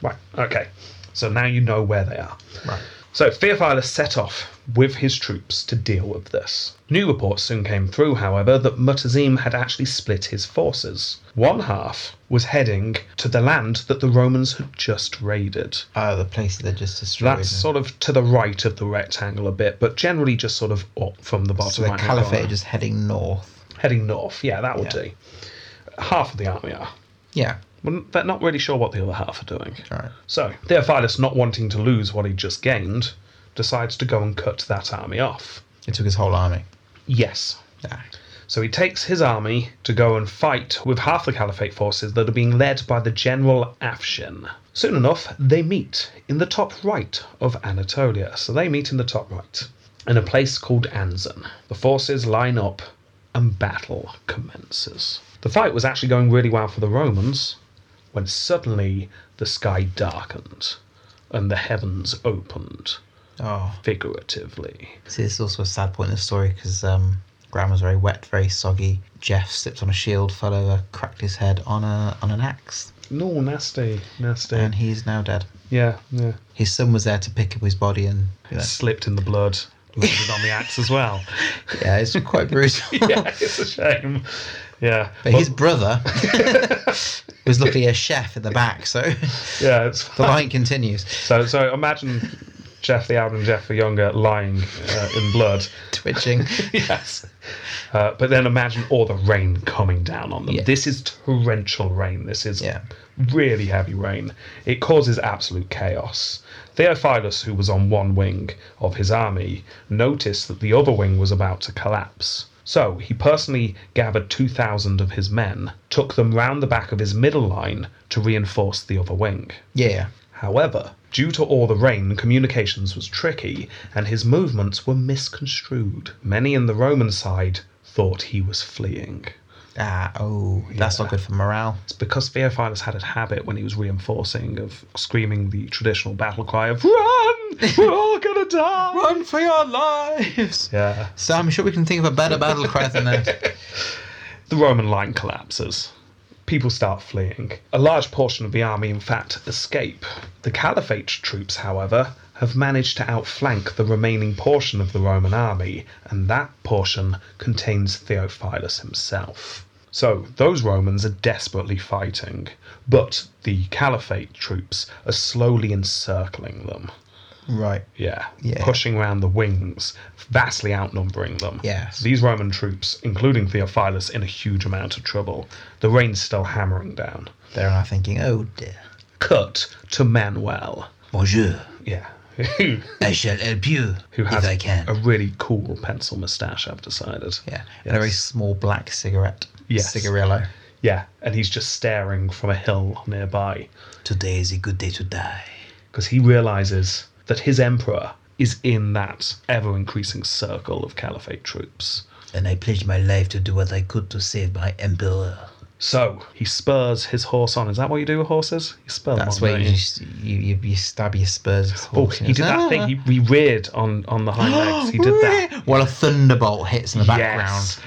Right, okay. So now you know where they are. Right. So Theophilus set off with his troops to deal with this. New reports soon came through, however, that Mutazim had actually split his forces. One half was heading to the land that the Romans had just raided. Oh, the place that they just destroyed. That's sort of to the right of the rectangle a bit, but generally just sort of up from the bottom so the right hand caliphate corner. are just heading north. heading north. Yeah, that would Yeah. do. Half of the army are. Yeah. Well, they're not really sure what the other half are doing. Right. So, Theophilus, not wanting to lose what he just gained, decides to go and cut that army off. It took his whole army. Yes. Yeah. So he takes his army to go and fight with half the caliphate forces that are being led by the general Afshin. Soon enough, they meet in the top right of Anatolia. So they meet in the top right, in a place called Anzan. The forces line up and battle commences. The fight was actually going really well for the Romans when suddenly the sky darkened and the heavens opened, Oh. figuratively. See, this is also a sad point in the story because um, ground was very wet, very soggy. Jeff slipped on a shield, fell over, cracked his head on a on an axe, No, nasty, nasty. and he's now dead. yeah, yeah. His son was there to pick up his body and. be [laughs] like, slipped in the blood, landed on the axe as well. yeah, it's quite brutal. [laughs] Yeah, it's a shame. Yeah, But Well, his brother [laughs] was luckily a chef at the back, so [laughs] the yeah, it's line continues. so so. Imagine Jeff the Owl and Jeff the Younger lying uh, in blood. Twitching. [laughs] yes, uh, but then imagine all the rain coming down on them. Yeah. This is torrential rain. This is Yeah. really heavy rain. It causes absolute chaos. Theophilus, who was on one wing of his army, noticed that the other wing was about to collapse. So he personally gathered 2,000 of his men, took them round the back of his middle line to reinforce the other wing. Yeah. However, due to all the rain, communications was tricky, and his movements were misconstrued. Many in the Roman side thought he was fleeing. Ah, oh, that's not good for morale. It's because Theophilus had a habit when he was reinforcing of screaming the traditional battle cry of "Run! We're all gonna die!" [laughs] Run for your lives! Yeah. So I'm sure we can think of a better battle cry than that. The Roman line collapses. People start fleeing. A large portion of the army, in fact, escape. The Caliphate troops, however, have managed to outflank the remaining portion of the Roman army, and that portion contains Theophilus himself. So, those Romans are desperately fighting, but the Caliphate troops are slowly encircling them. [laughs] Right. Yeah. Yeah. Pushing round the wings, vastly outnumbering them. Yes. These Roman troops, including Theophilus, in a huge amount of trouble. The rain's still hammering down. There I'm thinking, oh dear. Cut to Manuel. Bonjour. Yeah. [laughs] I shall help you Who has if I can. a really cool pencil moustache, I've decided. yeah. And a very small black cigarette. Yes. Cigarillo. Yeah, and he's just staring from a hill nearby Today is a good day to die. because he realizes that his emperor is in that ever increasing circle of caliphate troops. And I pledged my life to do what I could to save my emperor. So he spurs his horse on. Is that what you do with horses? You spur them That's on, where don't you, just, you, you you stab your spurs. with Oh, horse, you he did know. that thing. He, he reared on on the hind legs. He did [gasps] that. While a thunderbolt hits in the background.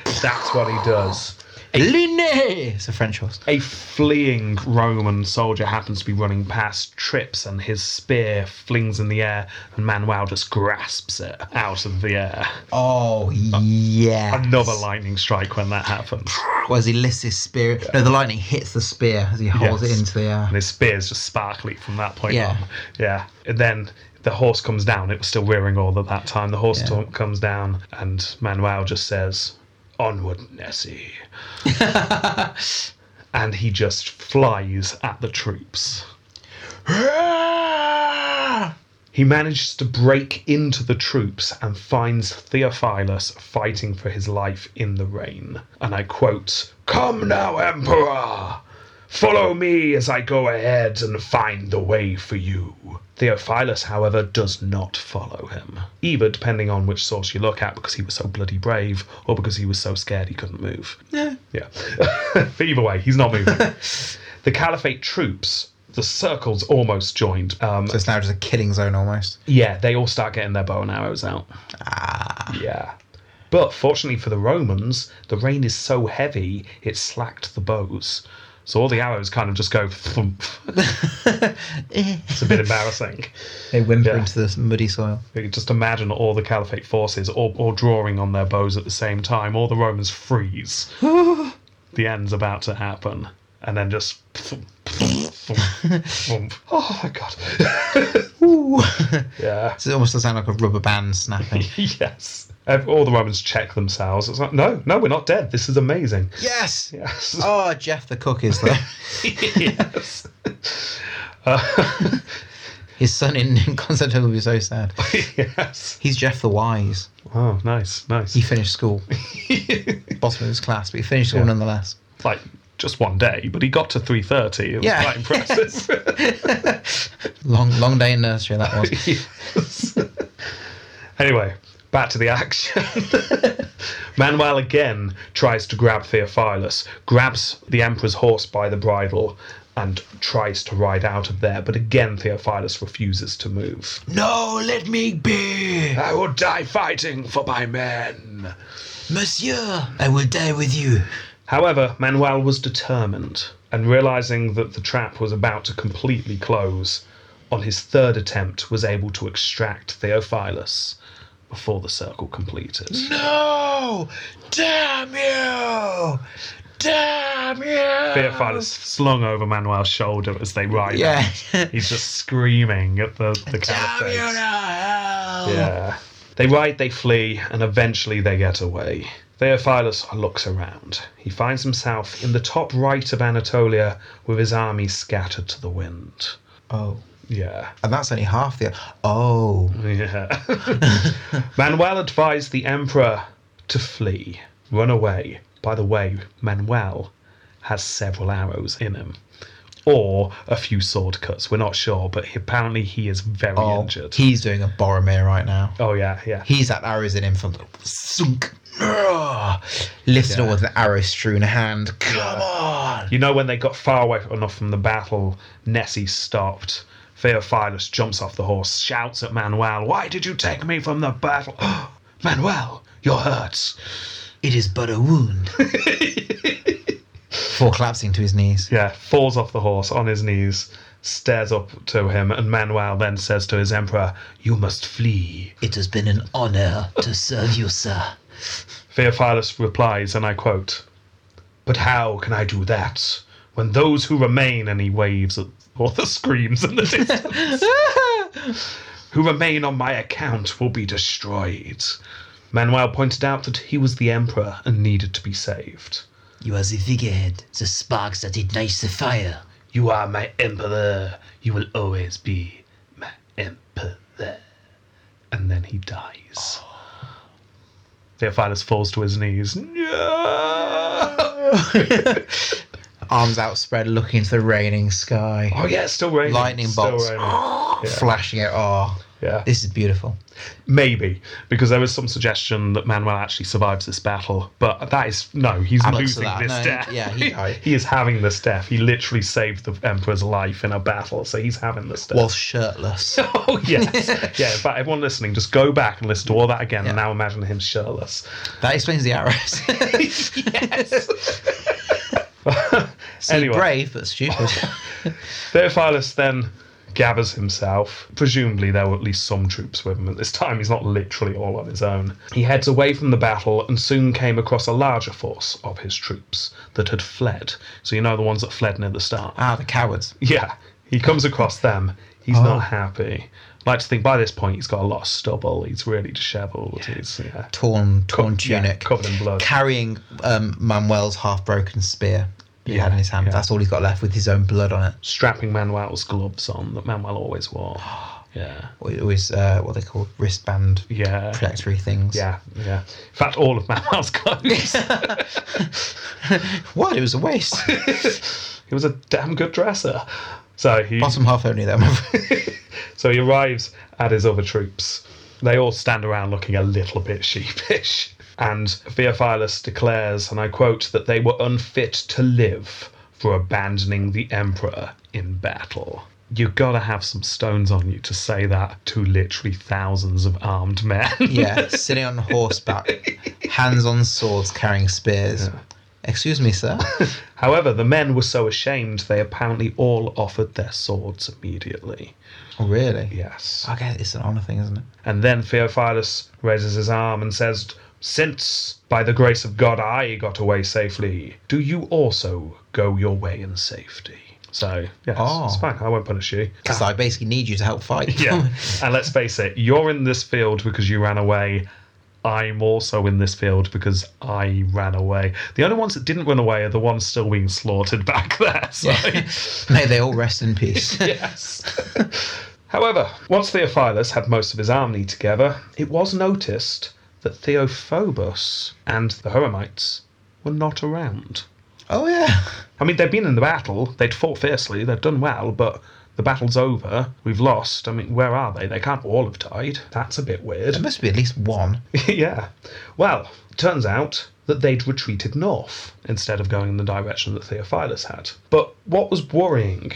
Yes, that's what he does. Luné! It's a French horse. A fleeing Roman soldier happens to be running past, trips, and his spear flings in the air, and Manuel just grasps it out of the air. Oh, yeah. Another lightning strike when that happens. Was Ulysses' spear? No, the lightning hits the spear as he holds Yes. it into the air. and his spear's just sparkly from that point Yeah. on. Yeah. And then the horse comes down. It was still rearing all at that time. The horse to- comes down, and Manuel just says, Onward, Nessie. [laughs] and he just flies at the troops. He manages to break into the troops and finds Theophilus fighting for his life in the rain. And I quote, Come now, Emperor! Follow me as I go ahead and find the way for you. Theophilus, however, does not follow him, either depending on which source you look at, because he was so bloody brave, or because he was so scared he couldn't move. Yeah. Yeah. [laughs] but either way, he's not moving. the Caliphate troops, the circle's almost joined. Um, So it's now just a killing zone [laughs] almost. yeah, they all start getting their bow and arrows out. Ah. Yeah. But fortunately for the Romans, the rain is so heavy it slacked the bows. So all the arrows kind of just go thump. it's a bit embarrassing. [laughs] They whimper Yeah. into the muddy soil. You can just imagine all the caliphate forces all, all drawing on their bows at the same time. All the Romans freeze. the end's about to happen. And then just. thump, thump, thump, thump. Oh my god. [laughs] Ooh. yeah. [laughs] So it almost does sound like a rubber band snapping. [laughs] yes. Ev- All the Romans check themselves. It's like, no, no, we're not dead. This is amazing. [laughs] [laughs] yes! Yes. Oh, Jeff the cook is there. [laughs] yes. [laughs] His son in Constantinople would be so sad. yes. He's Jeff the Wise. Oh, nice, nice. He finished school, [laughs] bottom of his class, but he finished school Yeah. nonetheless. like just one day, but he got to 3.30. It was Yeah. [laughs] quite impressive. Long, long day in nursery that was. Yes. [laughs] anyway, back to the action. [laughs] Manuel again tries to grab Theophilus, grabs the emperor's horse by the bridle, and tries to ride out of there. But again, Theophilus refuses to move. no, let me be, I will die fighting for my men. Monsieur. I will die with you. However, Manuel was determined, and realizing that the trap was about to completely close, on his third attempt was able to extract Theophilus before the circle completed. No, damn you, damn you. Theophilus slung over Manuel's shoulder as they ride. [laughs] Yeah. out. He's just screaming at the, the caliphate. Yeah. They ride, they flee, and eventually they get away. Theophilus looks around. He finds himself in the top right of Anatolia with his army scattered to the wind. Oh, Yeah. [laughs] and that's only half the. Oh, Yeah. Manuel advised the emperor to flee. Run away. By the way, Manuel has several arrows in him. Or a few sword cuts. We're not sure, but he, apparently he is very Oh, injured. he's doing a Boromir right now. oh, yeah, yeah. He's had arrows in him from the sunk. Lifted up with an arrow strewn hand. Come on! You know, when they got far away enough from the battle, Nessie stopped. Theophilus jumps off the horse, shouts at Manuel, Why did you take me from the battle? [gasps] Manuel, you're hurt. It is but a [laughs] wound. Before collapsing to his knees. Yeah, falls off the horse on his knees, stares up to him, and Manuel then says to his emperor, You must flee. It has been an honour to serve you, sir. Theophilus replies, and I quote, But how can I do that when those who remain, and he waves at all the screams in the distance, who remain on my account will be destroyed. Manuel pointed out that he was the emperor and needed to be saved. You are the figurehead, the sparks that ignites the fire. You are my emperor. You will always be my emperor. And then he dies. Theophilus falls to his knees. No! [laughs] Arms outspread, looking into the raining sky. Oh yeah, it's still raining. Lightning Still bolts. raining. Flashing it. Oh, Yeah. this is beautiful. Maybe because there was some suggestion that Manuel actually survives this battle, but that is no. He's I'm up to losing that. this No, death. yeah, he died. [laughs] he is having this death. He literally saved the emperor's life in a battle, so he's having this death. While shirtless. [laughs] oh [laughs] yes, yeah. In fact, everyone listening, just go back and listen to all that again. And Yeah. now imagine him shirtless. That explains the [laughs] arrows. yes. [laughs] See, anyway, brave but [laughs] stupid. Theophilus then gathers himself. Presumably, there were at least some troops with him at this time. He's not literally all on his own. He heads away from the battle and soon came across a larger force of his troops that had fled. So, you know, the ones that fled near the start. [laughs] ah, the cowards. Yeah, he comes across them. He's Oh. not happy. Like to think by this point he's got a lot of stubble. He's really dishevelled. He's yeah, Torn, torn yeah, tunic. covered in blood. Carrying um, Manuel's half-broken spear he Yeah, had in his hand. yeah. That's all he's got left with his own blood on it. Strapping Manuel's gloves on that Manuel always [gasps] wore. Yeah, Or it was uh, what they call wristband yeah, protectory things. yeah, yeah. In fact, all of Manuel's [laughs] clothes. [laughs] What? It was a [laughs] waste. he was a damn good dresser. So he Bottom half only, though. [laughs] so he arrives at his other troops. They all stand around looking a little bit sheepish. [laughs] And Theophilus declares, and I quote, that they were unfit to live for abandoning the emperor in battle. You've got to have some stones on you to say that to literally thousands of armed men. [laughs] yeah, [laughs] sitting on horseback, hands on swords, carrying spears. Excuse me, [laughs] sir. However, the men were so ashamed they apparently all offered their swords immediately. Oh, really? Yes. I guess it's an honour thing, isn't it? And then Theophilus raises his arm and says, Since, by the grace of God, I got away safely, do you also go your way in safety? So, yes, Oh. it's fine. I won't punish you. Because [laughs] I basically need you to help fight. Ah. Yeah. and let's face it, you're in this field because you ran away. I'm also in this field because I ran away. The only ones that didn't run away are the ones still being slaughtered [laughs] back there. So, [laughs] May they all rest in [laughs] peace. yes. However, once Theophilus had most of his army together, it was noticed that Theophobos and the Horomites were not around. Oh, yeah. I mean, they'd been in the battle, they'd fought fiercely, they'd done well, but the battle's over, we've lost. I mean, where are they? They can't all have died. That's a bit There weird. must be at least one. [laughs] yeah. Well, turns out that they'd retreated north instead of going in the direction that Theophilus had. But what was worrying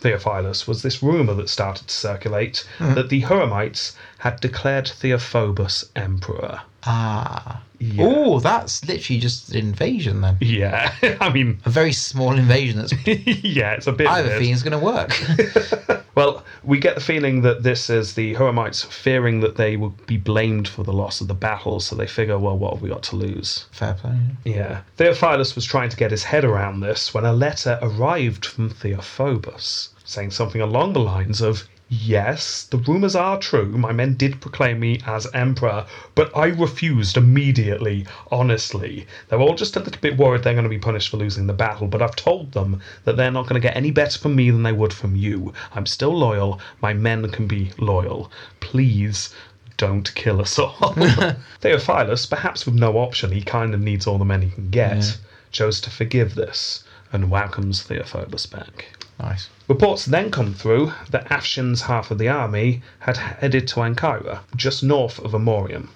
Theophilus was this rumour that started to circulate Hmm. that the Huramites had declared Theophobus emperor. Ah. Yeah. Oh, that's literally just an invasion then. Yeah, [laughs] I mean, A very small invasion that's. [laughs] yeah, it's a bit. I have a weird. feeling it's going to [laughs] work. Well, we get the feeling that this is the Huramites fearing that they will be blamed for the loss of the battle, so they figure, well, what have we got to lose? Fair play. Yeah. Theophilus was trying to get his head around this when a letter arrived from Theophobus saying something along the lines of Yes, the rumours are true. My men did proclaim me as emperor, but I refused immediately, honestly. They're all just a little bit worried they're going to be punished for losing the battle, but I've told them that they're not going to get any better from me than they would from you. I'm still loyal. My men can be loyal. Please don't kill us all. [laughs] Theophilus, perhaps with no option, he kind of needs all the men he can get, chose to forgive this and welcomes Theophilus back. Nice. Reports then come through that Afshin's half of the army had headed to Ankara, just north of Amorium.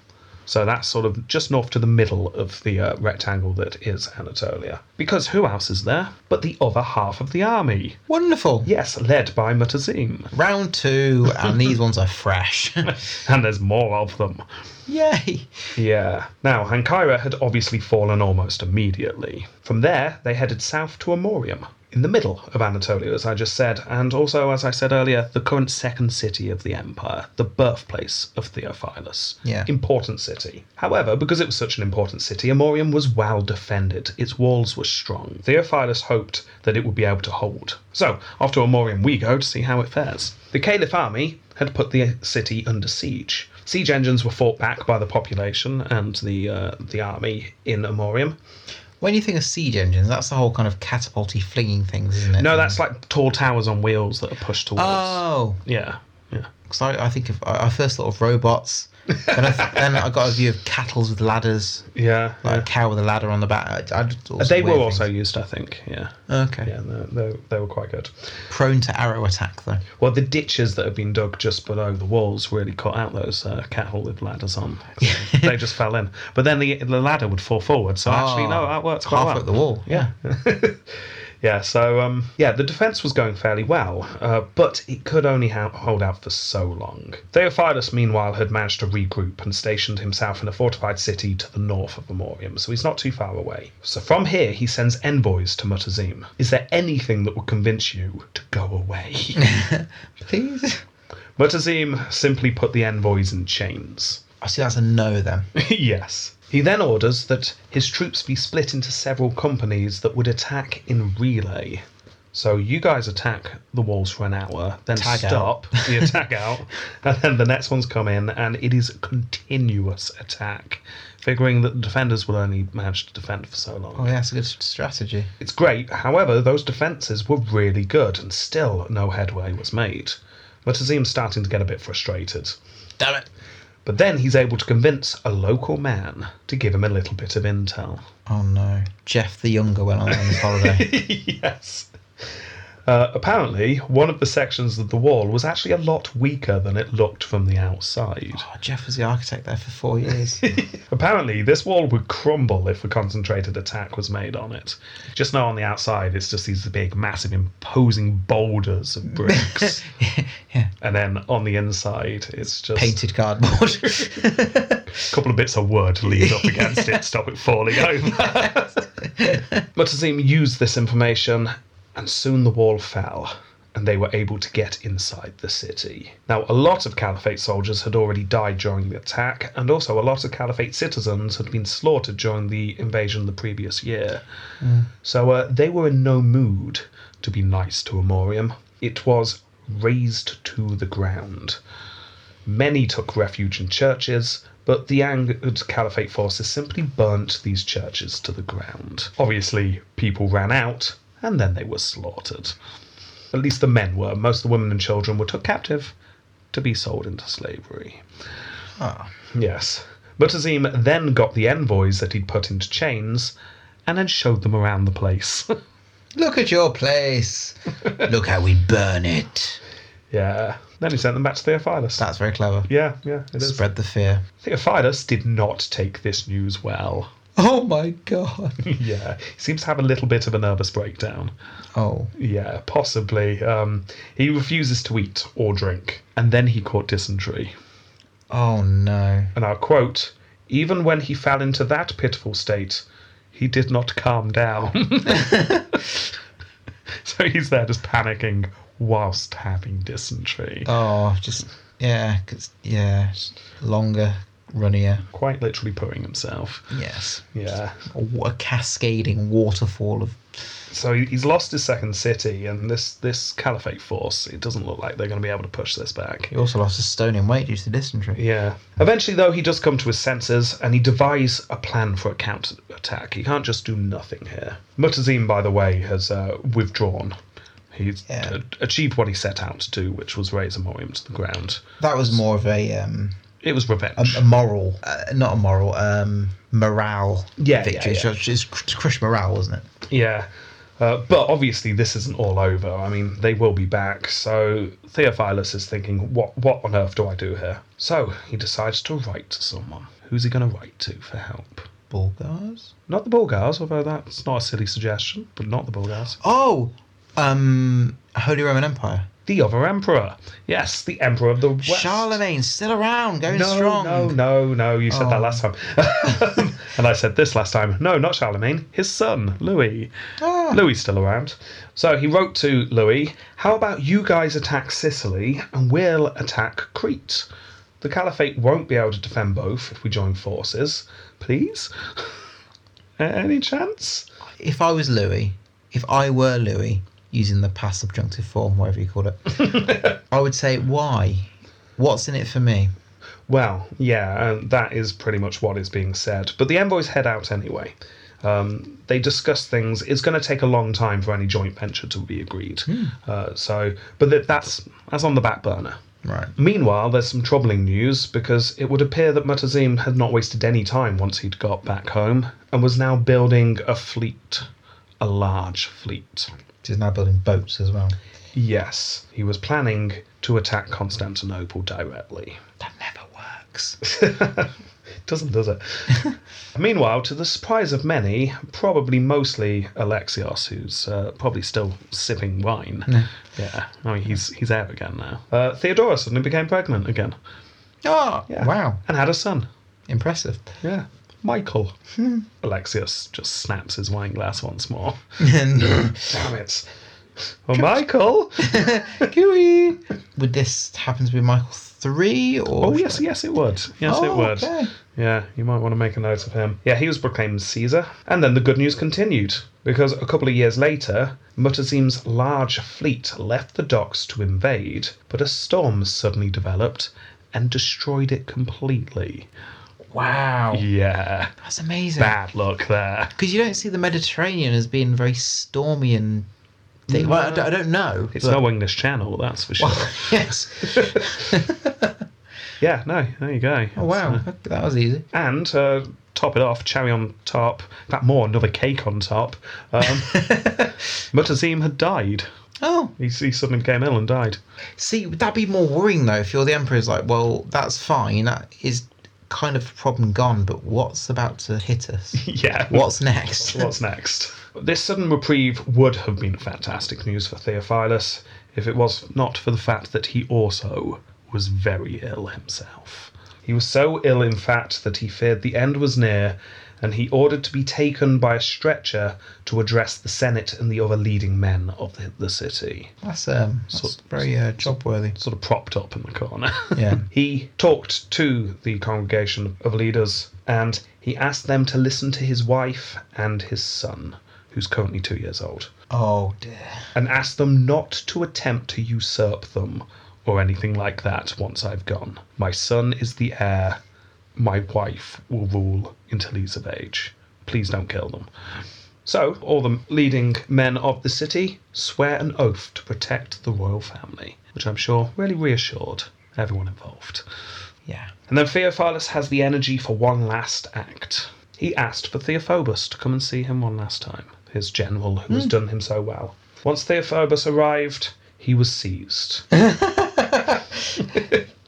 So that's sort of just north to the middle of the uh, rectangle that is Anatolia. Because who else is there but the other half of the army? Wonderful. Yes, led by Mutazim. Round [laughs] two, and these ones are fresh. And there's more of them. Yay. Yeah. Now, Hankaira had obviously fallen almost immediately. From there, they headed south to Amorium, in the middle of Anatolia, as I just said, and also, as I said earlier, the current second city of the empire, the birthplace of Theophilus. Yeah. Important city. However, because it was such an important city, Amorium was well defended. Its walls were strong. Theophilus hoped that it would be able to hold. So, after Amorium, we go to see how it fares. The Caliph army had put the city under siege. Siege engines were fought back by the population and the uh, the army in Amorium. When you think of siege engines, that's the whole kind of catapulty flinging things, isn't it? No, that's like tall towers on wheels that are pushed towards. Oh, Yeah, yeah. because I, I think of I I first thought of robots. then, I [laughs] th- then I got a view of cattles with ladders, Yeah. like yeah. a cow with a ladder on the back. I, I just all They sorts of weird were also things. used, I think. Yeah. okay, Yeah, no, they, they were quite good. prone to arrow attack though. Well, the ditches that have been dug just below the walls really cut out those uh, cattle with ladders on. they just fell in. But then the, the ladder would fall forward. So actually, no, Ah, that works quite half well. up the wall. Yeah. [laughs] yeah, so um, yeah, the defense was going fairly well, uh, but it could only ha- hold out for so long. Theophilus, meanwhile, had managed to regroup and stationed himself in a fortified city to the north of Amorium, so he's not too far away. So from here, he sends envoys to Mutazim. Is there anything that would convince you to go away? [laughs] Please. Mutazim simply put the envoys in chains. [laughs] I see that's a no then. yes. He then orders that his troops be split into several companies that would attack in relay. So you guys attack the walls for an hour, then Tag out. stop [laughs] the attack out, and then the next ones come in, and it is continuous attack, figuring that the defenders will only manage to defend for so long. Oh, yeah, that's a good s- strategy. It's great, however, those defences were really good, and still no headway was made. Mutazim's starting to get a bit frustrated. Damn it. But then he's able to convince a local man to give him a little bit of intel. Oh no, Jeff the younger went on his [laughs] holiday. yes. Uh, apparently, one of the sections of the wall was actually a lot weaker than it looked from the outside. Oh, Jeff was the architect there for four [laughs] years. Apparently, this wall would crumble if a concentrated attack was made on it. Just know on the outside, it's just these big, massive, imposing boulders of bricks. [laughs] yeah, and then on the inside, it's just painted cardboard. a couple of bits of wood leaned up against it, stop it falling over. Mutazim used this information, and soon the wall fell, and they were able to get inside the city. Now, a lot of Caliphate soldiers had already died during the attack, and also a lot of Caliphate citizens had been slaughtered during the invasion the previous year. So uh, they were in no mood to be nice to Amorium. It was razed to the ground. Many took refuge in churches, but the angered caliphate forces simply burnt these churches to the ground. Obviously, people ran out, and then they were slaughtered. At least the men were. Most of the women and children were took captive to be sold into slavery. [laughs] Ah. Yes. Mutazim then got the envoys that he'd put into chains and then showed them around the place. [laughs] Look at your place. Look how we burn it. yeah. Then he sent them back to Theophilus. That's very clever. yeah, yeah, it is. Spread the fear. Theophilus did not take this news well. Oh my god. Yeah, he seems to have a little bit of a nervous breakdown. Oh, Yeah, possibly. Um, he refuses to eat or drink, and then he caught dysentery. oh no. And I'll quote Even when he fell into that pitiful state, he did not calm down. [laughs] so he's there just panicking whilst having dysentery. Oh, just yeah, 'cause- yeah, it's longer, runnier. Quite literally putting himself. Yes, Yeah. a, wa- a cascading waterfall of. So he- he's lost his second city, and this, this caliphate force, it doesn't look like they're going to be able to push this back. He also lost a stone in weight due to dysentery. Yeah. Eventually, though, he does come to his senses and he devises a plan for a counter attack. He can't just do nothing here. Mutazim, by the way, has uh, withdrawn. He's uh, Yeah. a- achieved what he set out to do, which was raise Amorium to the ground. That was more of a um, It was revenge. a, a moral, uh, not a moral, um, morale Yeah, yeah, victory. yeah. So It's, it's cr- to crush morale, wasn't it? Yeah. Uh, but obviously, this isn't all over. I mean, they will be back. So Theophilus is thinking, what, what on earth do I do here? So he decides to write to someone. Who's he going to write to for help? Bulgars? Not the Bulgars, although that's not a silly suggestion, but not the Bulgars. Oh, um, Holy Roman Empire. The other emperor. Yes, the emperor of the West. Charlemagne's still around, going No, strong. no, no, no. You said that Oh. last time. [laughs] and I said this last time. No, not Charlemagne. His son, Louis. Ah. Louis still around. So he wrote to Louis, How about you guys attack Sicily and we'll attack Crete? The caliphate won't be able to defend both if we join forces. Please? [laughs] Any chance? If I was Louis, if I were Louis, using the past subjunctive form, whatever you call it, [laughs] I would say, why? What's in it for me? Well, yeah, um, that is pretty much what is being said. But the envoys head out anyway. Um, they discuss things. It's going to take a long time for any joint venture to be agreed. Uh, so, but that, that's that's on the back burner. Right. Meanwhile, there's some troubling news because it would appear that Mutazim had not wasted any time once he'd got back home and was now building a fleet, a large fleet. She's now building boats as well. Yes, he was planning to attack Constantinople directly. That never works. Doesn't, does [laughs] it? Meanwhile, to the surprise of many, probably mostly Alexios, who's uh, probably still sipping wine. Yeah, I mean, he's, he's out again now. Uh, Theodora suddenly became pregnant again Oh, Yeah. wow. and had a son. Impressive. [laughs] Yeah. Michael. Alexius just snaps his wine glass once more. And Damn it. Oh, [laughs] Michael! Gooey. Would this happen to be Michael 3? Or Oh, yes, yes, it would. Yes, Oh, it would. okay. Yeah, you might want to make a note of him. Yeah, he was proclaimed Caesar. And then the good news continued, because a couple of years later, Mutazim's large fleet left the docks to invade, but a storm suddenly developed and destroyed it completely. Wow. Yeah, That's amazing. bad luck there. Because you don't see the Mediterranean as being very stormy and. Thing. Well, I don't, I don't know. It's but- no English Channel, that's for sure. [laughs] yes. Yeah, no, there you go. [laughs] Oh, wow. It's, uh, [laughs] That was easy. and uh, top it off, cherry on top. In fact, more, another cake on top. Um, [laughs] Mutazim had died. Oh, He, he suddenly became ill and died. see, would that be more worrying though? If you're the emperor's like, well, that's fine. That is kind of problem gone. But what's about to hit us? [laughs] Yeah. What's [laughs] next? [laughs] What's next? This sudden reprieve would have been fantastic news for Theophilus if it was not for the fact that he also was very ill himself. He was so ill, in fact, that he feared the end was near, and he ordered to be taken by a stretcher to address the Senate and the other leading men of the, the city. That's um, that's very uh, job worthy. Sort of propped up in the corner. [laughs] Yeah. He talked to the congregation of leaders and he asked them to listen to his wife and his son, who's currently two years old, Oh dear. and asked them not to attempt to usurp them or anything like that once I've gone. My son is the heir. My wife will rule until he's of age. Please don't kill them. So, all the leading men of the city swear an oath to protect the royal family, which I'm sure really reassured everyone involved. Yeah. And then Theophilus has the energy for one last act. He asked for Theophobus to come and see him one last time, his general who has done him so well. Once Theophobus arrived, he was seized.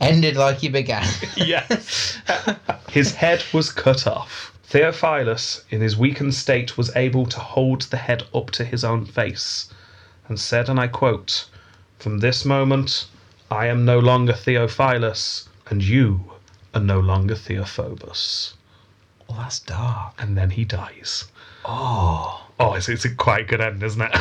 Ended like he began. [laughs] yes. [laughs] his head was cut off. Theophilus, in his weakened state, was able to hold the head up to his own face and said, and I quote, From this moment, I am no longer Theophilus, and you are no longer Theophobus. well, Oh, that's dark. and then he dies. Oh. Oh, it's, it's a quite good end, isn't it?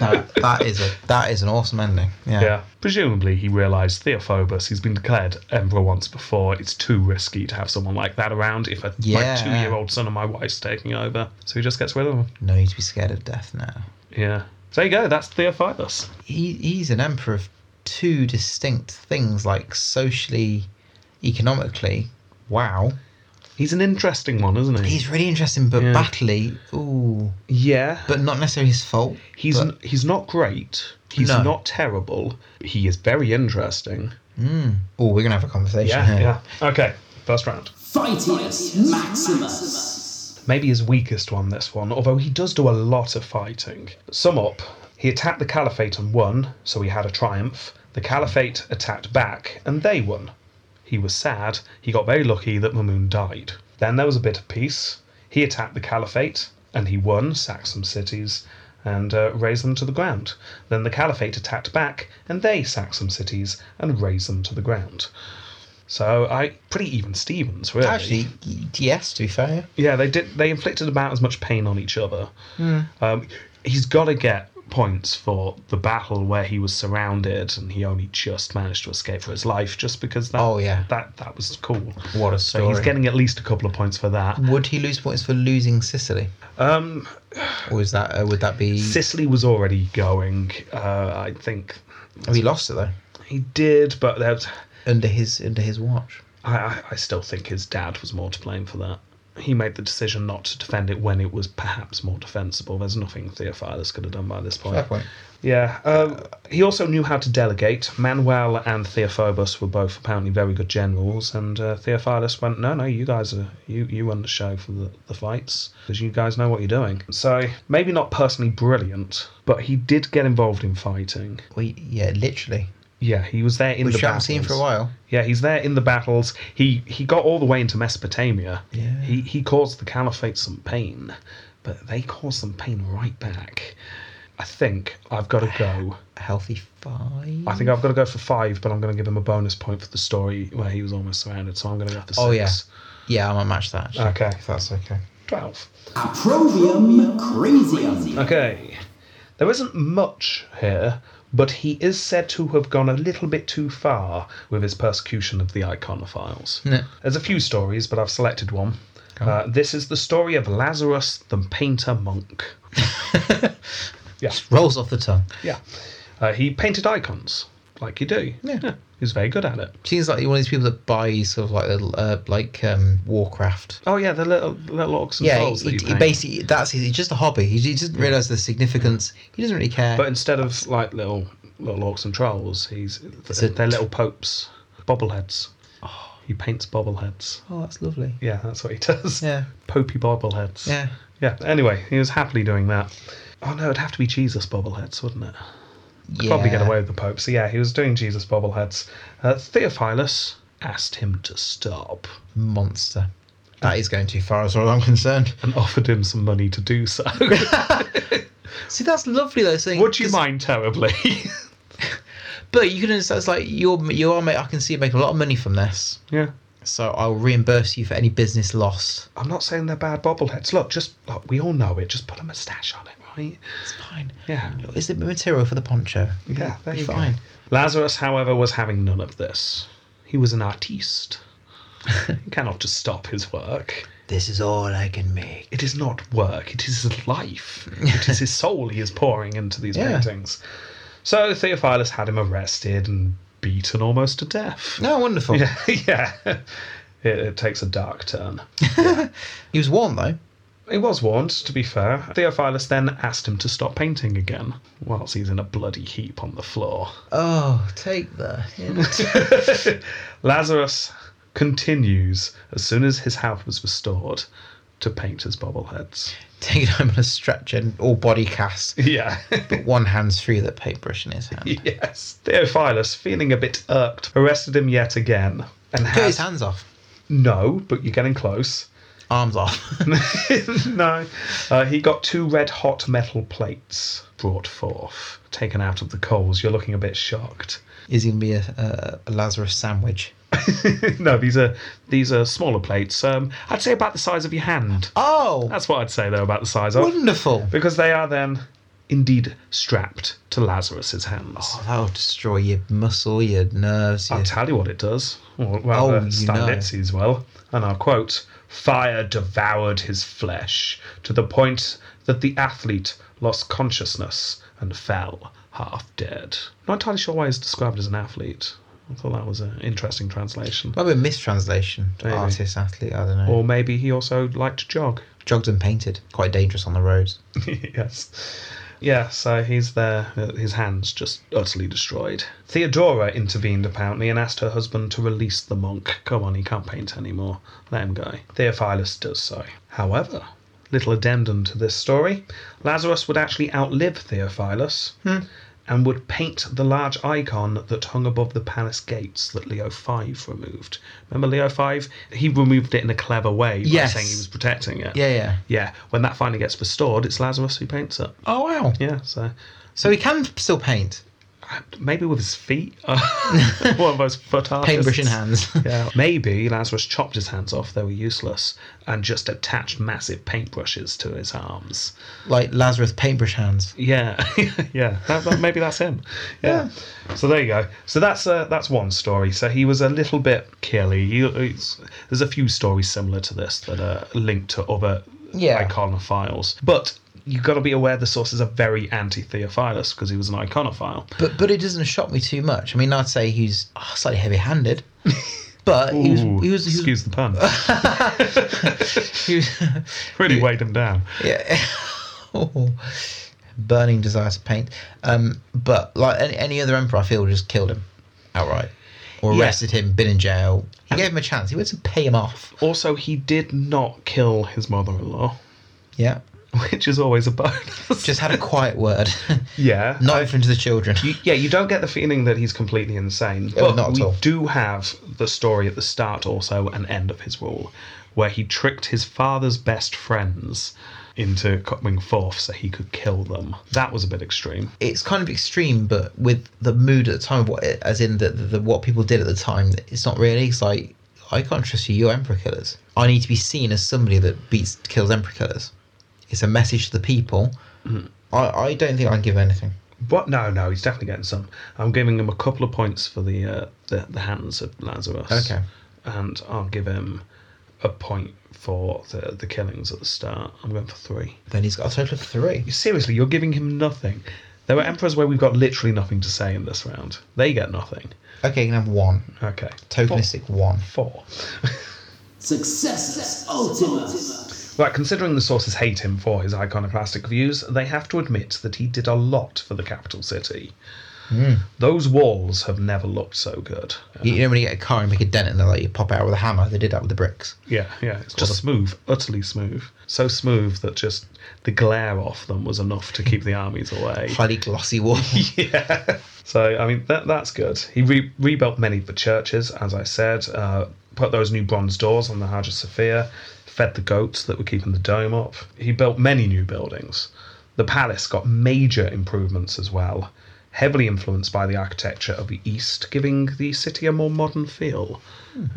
No, that is a that is an awesome ending. Yeah. yeah. Presumably, he realised Theophobus, he's been declared emperor once before. It's too risky to have someone like that around if a, my Yeah. two year old son of my wife's taking over. So he just gets rid of him. No need to be scared of death now. Yeah. So there you go, that's Theophilus. he, he's an emperor of two distinct things, like socially, economically. Wow, He's an interesting one, isn't he? he's really interesting, but Yeah. battly, ooh, yeah. but not necessarily his fault. He's but- n he's not great. He's No. not terrible. He is very interesting. Oh, we're gonna have a conversation Yeah, here. yeah. Okay, first round. Fightius Maximus. Maybe his weakest one, this one, although he does do a lot of fighting. Sum up, he attacked the Caliphate and won, so he had a triumph. The Caliphate attacked back, and they won. He was sad, he got very lucky that Mamun died. Then there was a bit of peace. He attacked the Caliphate, and he won, sacked some cities, and uh, razed them to the ground. Then the Caliphate attacked back, and they sacked some cities and razed them to the ground. So I pretty even Stevens, really. Actually, y- yes. To be fair, Yeah, they did. They inflicted about as much pain on each other. Hmm. Um, he's got to get points for the battle where he was surrounded and he only just managed to escape for his life, just because that. Oh, yeah. that that was cool. what a So story. he's getting at least a couple of points for that. Would he lose points for losing Sicily, Um, or is that uh, would that be? Sicily was already going. Uh, I think Oh, he lost it though he did, but there was, under his under his watch. I, I I still think his dad was more to blame for that. He made the decision not to defend it when it was perhaps more defensible. There's nothing Theophilus could have done by this point. Fair point. Yeah. Um, he also knew how to delegate. Manuel and Theophobos were both apparently very good generals, and uh, Theophilus went, "No, no, you guys are you you run the show for the, the fights because you guys know what you're doing." So maybe not personally brilliant, but he did get involved in fighting. We yeah, literally. Yeah, he was there in Which the we haven't battles. seen for a while. Yeah, he's there in the battles. He he got all the way into Mesopotamia. Yeah. He he caused the caliphate some pain, but they caused some pain right back. I think I've got to go. A healthy five. I think I've got to go for five, but I'm going to give him a bonus point for the story where he was almost surrounded. So I'm going to go for six. Oh, yeah, I might match that. Actually, Okay. if that's okay. Twelve. Approvium Crazium. Okay. There isn't much here, but he is said to have gone a little bit too far with his persecution of the iconophiles. No. There's a few stories, but I've selected one. Uh, this is the story of Lazarus the painter monk. Rolls off the tongue. Yeah. Uh, he painted icons, like you do. Yeah. He was very good at it. Seems like one of these people that buys sort of like the uh, like um, Warcraft. Oh, yeah, the little, little orcs and Yeah, trolls he, that you he paint. basically that's his, it's just a hobby. He, he doesn't realize the significance. He doesn't really care. But instead of like little little orcs and trolls, he's It's a- they're little popes, bobbleheads. He paints bobbleheads. oh, that's lovely. Yeah, that's what he [laughs] does. Yeah, Popey bobbleheads. yeah. Yeah. Anyway, he was happily doing that. Oh no, it'd have to be Jesus bobbleheads, wouldn't it? yeah. Probably get away with the Pope. So yeah, he was doing Jesus bobbleheads. Uh, Theophilus asked him to stop Monster. That is going too far as far as I'm concerned. and [laughs] offered him some money to do so. [laughs] See, that's lovely though. Saying, Would you 'cause- mind terribly? [laughs] But you can understand. It's like you're you are. ma- I can see you make a lot of money from this. yeah. So I'll reimburse you for any business lost. I'm not saying they're bad bobbleheads. Look, just look, we all know it. Just put a moustache on it, right? It's fine. Yeah. Look, Is it material for the poncho? Yeah, there Be you go. fine. Lazarus, however, was having none of this. He was an artiste. [laughs] he cannot just stop his work. This is all I can make. It is not work, it is his life. It is his soul he is pouring into [laughs] these Yeah. paintings. So Theophilus had him arrested and beaten almost to [laughs] death. [laughs] No, wonderful. Yeah. yeah. It, it takes a dark turn. He was warned though. He was warned, to be fair. Theophilus then asked him to stop painting again, whilst he's in a bloody heap on the floor. Oh, take the hint. Lazarus continues, as soon as his health was restored, to paint his bobbleheads. [laughs] take it home on a stretcher and all body cast. Yeah. One hand's through the paintbrush in his hand. [laughs] yes. Theophilus, feeling a bit irked, arrested him yet again. And Cut his had, hands off. no, but you're getting close. [laughs] Arms off. no. Uh, he got two red hot metal plates brought forth, taken out of the coals. You're looking a bit shocked. [laughs] is he gonna be a, a, a Lazarus sandwich? no, these are these are smaller plates. Um, I'd say about the size of your hand. Oh, That's what I'd say they're about the size of. wonderful. because they are then indeed strapped to Lazarus's hands. Oh, that'll destroy your muscle, your nerves. Your... I'll tell you what it does. Well, well Oh, uh, you Steinitzi's well, and I'll quote: "Fire devoured his flesh to the point that the athlete lost consciousness and fell half dead." Not entirely sure why he's described as an athlete. I thought that was an interesting translation. Might be a mistranslation. Maybe. Artist, athlete, I don't know. Or maybe he also liked to jog. Jogged and painted. Quite dangerous on the roads. [laughs] yes. Yeah, so he's there, uh, his hands just utterly destroyed. Theodora intervened apparently and asked her husband to release the monk. Come on, he can't paint anymore. Let him go. Theophilus does so. However, little addendum to this story Lazarus would actually outlive Theophilus and would paint the large icon that hung above the palace gates that Leo V removed. Remember Leo V? He removed it in a clever way by Yes. saying he was protecting it. Yeah, yeah. Yeah, when that finally gets restored, it's Lazarus who paints it. Oh wow. Yeah, so So he can still paint. maybe with his feet. [laughs] One of those foot artists. Paintbrush in hands. [laughs] Yeah. Maybe Lazarus chopped his hands off, they were useless, and just attached massive paintbrushes to his arms. like Lazarus paintbrush hands. Yeah, [laughs] yeah. That, that, maybe that's him. Yeah. So there you go. So that's uh, that's one story. So he was a little bit killy. You, it's, there's a few stories similar to this that are linked to other Yeah. iconophiles, but you've got to be aware the sources are very anti-Theophilus because he was an iconophile. But but it doesn't shock me too much. I mean, I'd say he's ah, slightly heavy-handed, [laughs] but he was Ooh, he was, he was, excuse [laughs] the pun. he was [laughs] really weighed him down. yeah. [laughs] Oh, burning desire to paint. Um, but like any, any other emperor, I feel would just killed him outright or Yeah. arrested him, been in jail. He gave him a chance. He went to pay him off. Also, he did not kill his mother-in-law, [laughs] Yeah, which is always a bonus. just had a quiet word, [laughs] [laughs] yeah, not even to the children. You- yeah, you don't get the feeling that he's completely insane. Oh, But not at we all. do have the story at the start also and end of his rule, where he tricked his father's best friends into coming forth so he could kill them. That was a bit extreme. it's kind of extreme, but with the mood at the time, what as in the, the, the what people did at the time, it's not really. It's like I can't trust you, you're emperor killers. I need to be seen as somebody that beats kills emperor killers. It's a message to the people. Mm-hmm. I, I don't think I can give anything. What? No, no, he's definitely getting some. I'm giving him a couple of points for the uh, the, the hands of Lazarus. Okay. And I'll give him a point for the, the killings at the start. I'm going for three. Then he's got a total of three. Seriously, you're giving him nothing. There are emperors where we've got literally nothing to say in this round. They get nothing. Okay, you can have one Okay. tokenistic one. Four. Successus Ultimus. Right, considering the sources hate him for his iconoclastic views, they have to admit that he did a lot for the capital city. Those walls have never looked so good. You, you know when you get a car and make a dent and they like you pop it out with a hammer. They did that with the bricks. Yeah, yeah, it's just smooth, utterly smooth. So smooth that just the glare off them was enough to keep the armies away. Highly glossy [laughs] walls. yeah. So I mean that that's good. He re- rebuilt many of the churches, as I said. Uh, put those new bronze doors on the Hagia Sophia. Fed the goats that were keeping the dome up. He built many new buildings. The palace got major improvements as well, heavily influenced by the architecture of the East, giving the city a more modern feel.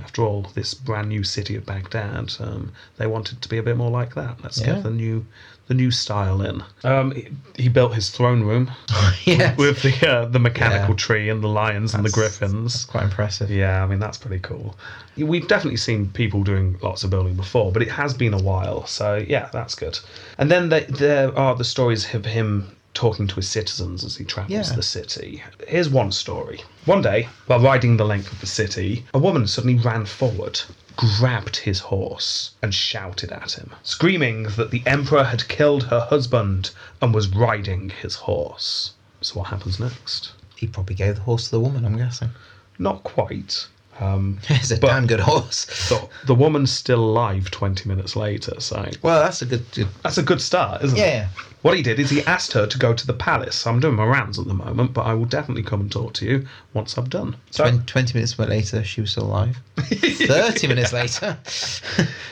After all, this brand new city of Baghdad, um, they wanted to be a bit more like that. Let's Yeah. get the new the new style in. Um, he, he built his throne room [laughs] yeah, with the uh, the mechanical Yeah. tree and the lions and the That's- griffins. quite impressive. Yeah, I mean that's pretty cool. We've definitely seen people doing lots of building before, but it has been a while. So yeah, that's good. And then the, there are the stories of him talking to his citizens as he travels Yeah. the city. Here's one story. One day, while riding the length of the city, a woman suddenly ran forward, grabbed his horse, and shouted at him, screaming that the emperor had killed her husband and was riding his horse. So what happens next? He probably gave the horse to the woman. I'm guessing. [laughs] Not quite. Um, It's a But- damn good horse. the, the woman's still alive 20 minutes later, so Well, that's a good. good that's a good start, isn't it? yeah. What he did is he asked her to go to the palace. I'm doing my rounds at the moment, but I will definitely come and talk to you once I've done. So, When 20 minutes went later, she was still [laughs] alive. 30 minutes later,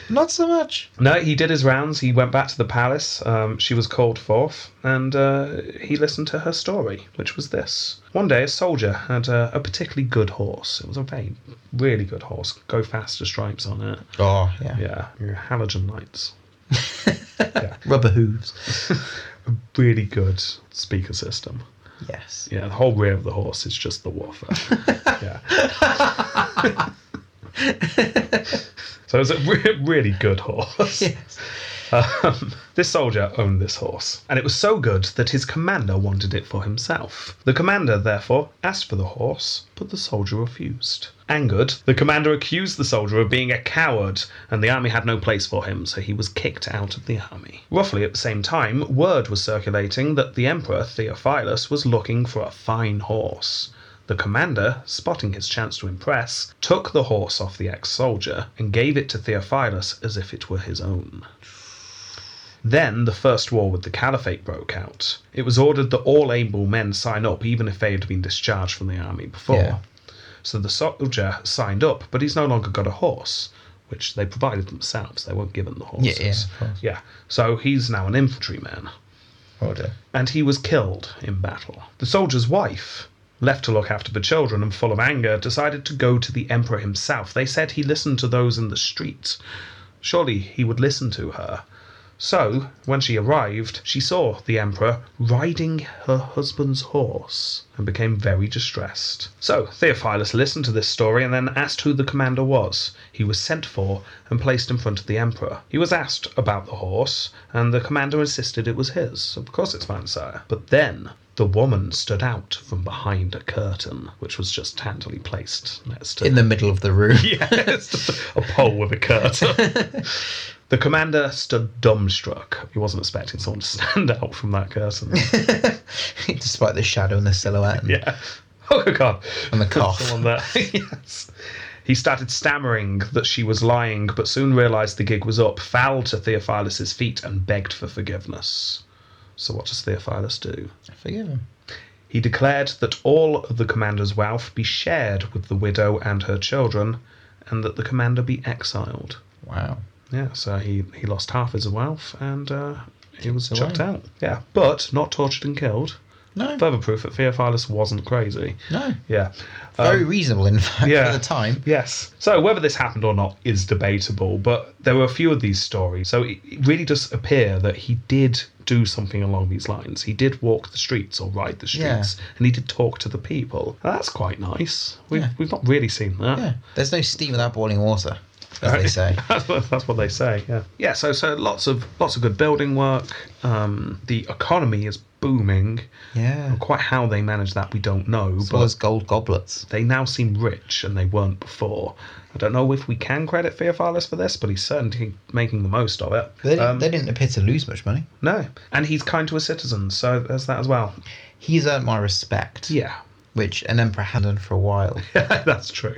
not so much. no, he did his rounds. He went back to the palace. Um, she was called forth, and uh, he listened to her story, which was this. One day, a soldier had uh, a particularly good horse. It was a very, really good horse. Go faster stripes on it. Oh, yeah. Yeah, halogen lights. Rubber hooves. Really good speaker system. Yes. Yeah, the whole rear of the horse is just the woofer. yeah. so it's a re- really good horse. Yes. Um, this soldier owned this horse, and it was so good that his commander wanted it for himself. The commander, therefore, asked for the horse, but the soldier refused. Angered, the commander accused the soldier of being a coward, and the army had no place for him, so he was kicked out of the army. Roughly at the same time, word was circulating that the emperor Theophilus was looking for a fine horse. The commander, spotting his chance to impress, took the horse off the ex soldier and gave it to Theophilus as if it were his own. Then the first war with the caliphate broke out. It was ordered that all able men sign up, even if they had been discharged from the army before. Yeah. So the soldier signed up, but he's no longer got a horse, which they provided themselves. They weren't given the Yeah, horses. yeah, of course. yeah. So he's now an infantryman Oh, Well done. and he was killed in battle. The soldier's wife, left to look after the children and full of anger, decided to go to the emperor himself. They said he listened to those in the street. Surely he would listen to her. So, when she arrived, she saw the emperor riding her husband's horse and became very distressed. So, Theophilus listened to this story and then asked who the commander was. He was sent for and placed in front of the emperor. He was asked about the horse, and the commander insisted it was his. Of course, it's mine, sire. But then the woman stood out from behind a curtain, which was just handily placed next to In the middle of the room. yeah, it's just a pole with [laughs] a curtain. the commander stood dumbstruck. He wasn't expecting someone to stand out from [laughs] that curtain. Despite the shadow and the silhouette and, Yeah. Oh god. and the cough. Someone there. [laughs] yes. He started stammering that she was lying, but soon realised the gig was up, fell to Theophilus's feet, and begged for forgiveness. So what does Theophilus do? Forgive him. He declared that all of the commander's wealth be shared with the widow and her children, and that the commander be exiled. Wow. Yeah, so he, he lost half his wealth and uh, he was chucked out. Yeah, but not tortured and killed. No, Further proof that Theophilus wasn't crazy. no. Yeah. Very Um, reasonable, in [laughs] fact, yeah. at the time. yes. So whether this happened or not is debatable, but there were a few of these stories. So it it really does appear that he did do something along these lines. He did walk the streets or ride the Yeah. streets, and he did talk to the people. And that's quite nice. We've, Yeah. we've not really seen that. Yeah. There's no steam without boiling water, as they Right. [laughs] say. That's what, that's what they say. Yeah. Yeah. So so lots of lots of good building work. Um, the economy is booming. Yeah. Quite how they manage that, we don't know. As well but as gold goblets. they now seem rich, and they weren't before. I don't know if we can credit Theophilus for this, but he's certainly making the most of it. They didn't, Um, they didn't appear to lose much money. no, and he's kind to his citizens, so there's that as well. He's earned my respect, Yeah, which an emperor hadn't done for a while. [laughs] that's true.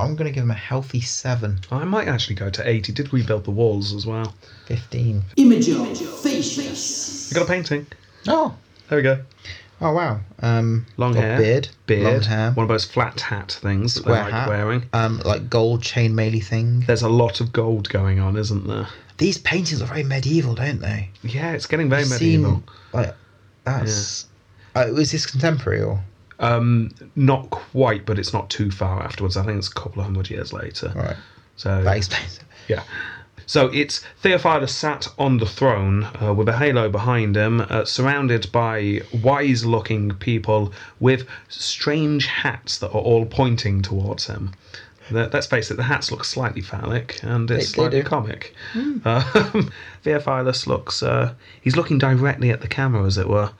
I'm going to give him a healthy 7, I might actually go to eight. He did rebuild the walls as well. 15. Imago Facius. We got a painting. Oh, There we go. oh wow. Um, Long got hair, beard, beard, long hair, one of those flat hat things that they square like hat, wearing. um, like gold chain maily thing. There's a lot of gold going on, isn't there? These paintings are very medieval, don't they? Yeah, it's getting very They medieval. Seem like that's. Uh, was this contemporary or Um, not quite, but it's not too far afterwards. I think it's a couple of hundred years later. right? So That explains it. Yeah. So it's Theophilus sat on the throne uh, with a halo behind him, uh, surrounded by wise looking people with strange hats that are all pointing towards him. The, let's face it, the hats look slightly phallic and it's They- they do. slightly Hmm. comic. Um, [laughs] Theophilus looks, uh, he's looking directly at the camera, as it were,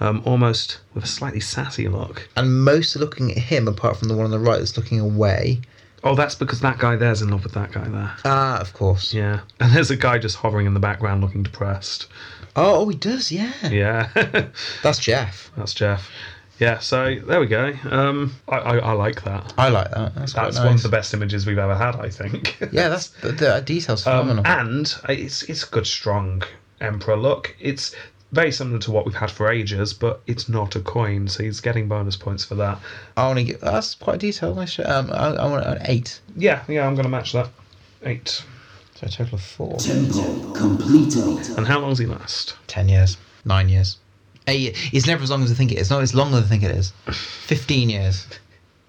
um, almost with a slightly sassy look. And most are looking at him, apart from the one on the right that's looking away. Oh, that's because that guy there's in love with that guy there. Ah, of course. Yeah. [laughs] And there's a guy just hovering in the background looking depressed. Oh, oh, he does. Yeah. Yeah. [laughs] That's Jeff. That's Jeff. Yeah, so there we go. Um, I, I, I like that. I like that. That's, quite That's nice. one of the best images we've ever had, I think. [laughs] Yeah, that's the, the details Um, phenomenal. and it's it's a good strong emperor look. It's very similar to what we've had for ages, but it's not a coin, so he's getting bonus points for that. I only get, oh, that's quite detailed. Nice. shot. Um, I, I want an eight, Yeah, yeah, I'm gonna match that. Eight. so a total of four. Tempo Completo. And how long does he last? Ten years, nine years, eight. It's never as long as I think it is. No, it's longer than I think it [laughs] is. Fifteen years.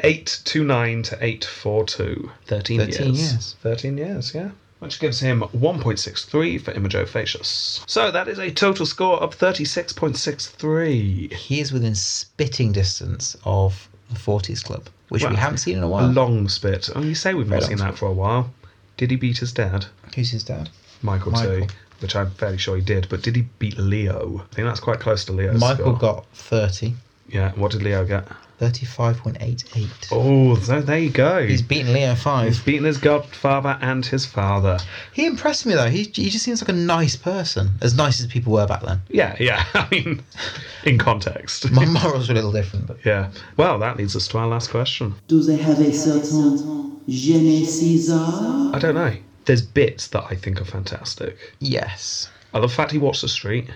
Eight two nine to eight four two. Thirteen, 13 years. years. Thirteen years, yeah. Which gives him 1.63 for Imago Facius. So that is a total score of 36.63. He is within spitting distance of the forties club, which we Well, haven't seen in a A while. long spit. Oh, you say we've Very not long seen that for a while. Did he beat his dad? Who's his dad? Michael, Michael. T. which I'm fairly sure he did. But did he beat Leo? I think that's quite close to Leo's Michael score. got 30. Yeah, what did Leo get? 35.88. Oh, so there you go. He's beaten Leo 5. beaten his godfather and his father. He impressed me though. He, he just seems like a nice person. As nice as people were back then. Yeah, yeah. [laughs] I mean, in context. [laughs] My morals were a little different, but Yeah. Well, that leads us to our last question. Do they have a certain je ne sais ça? I don't know. There's bits that I think are fantastic. yes. I love the fact he walks the street.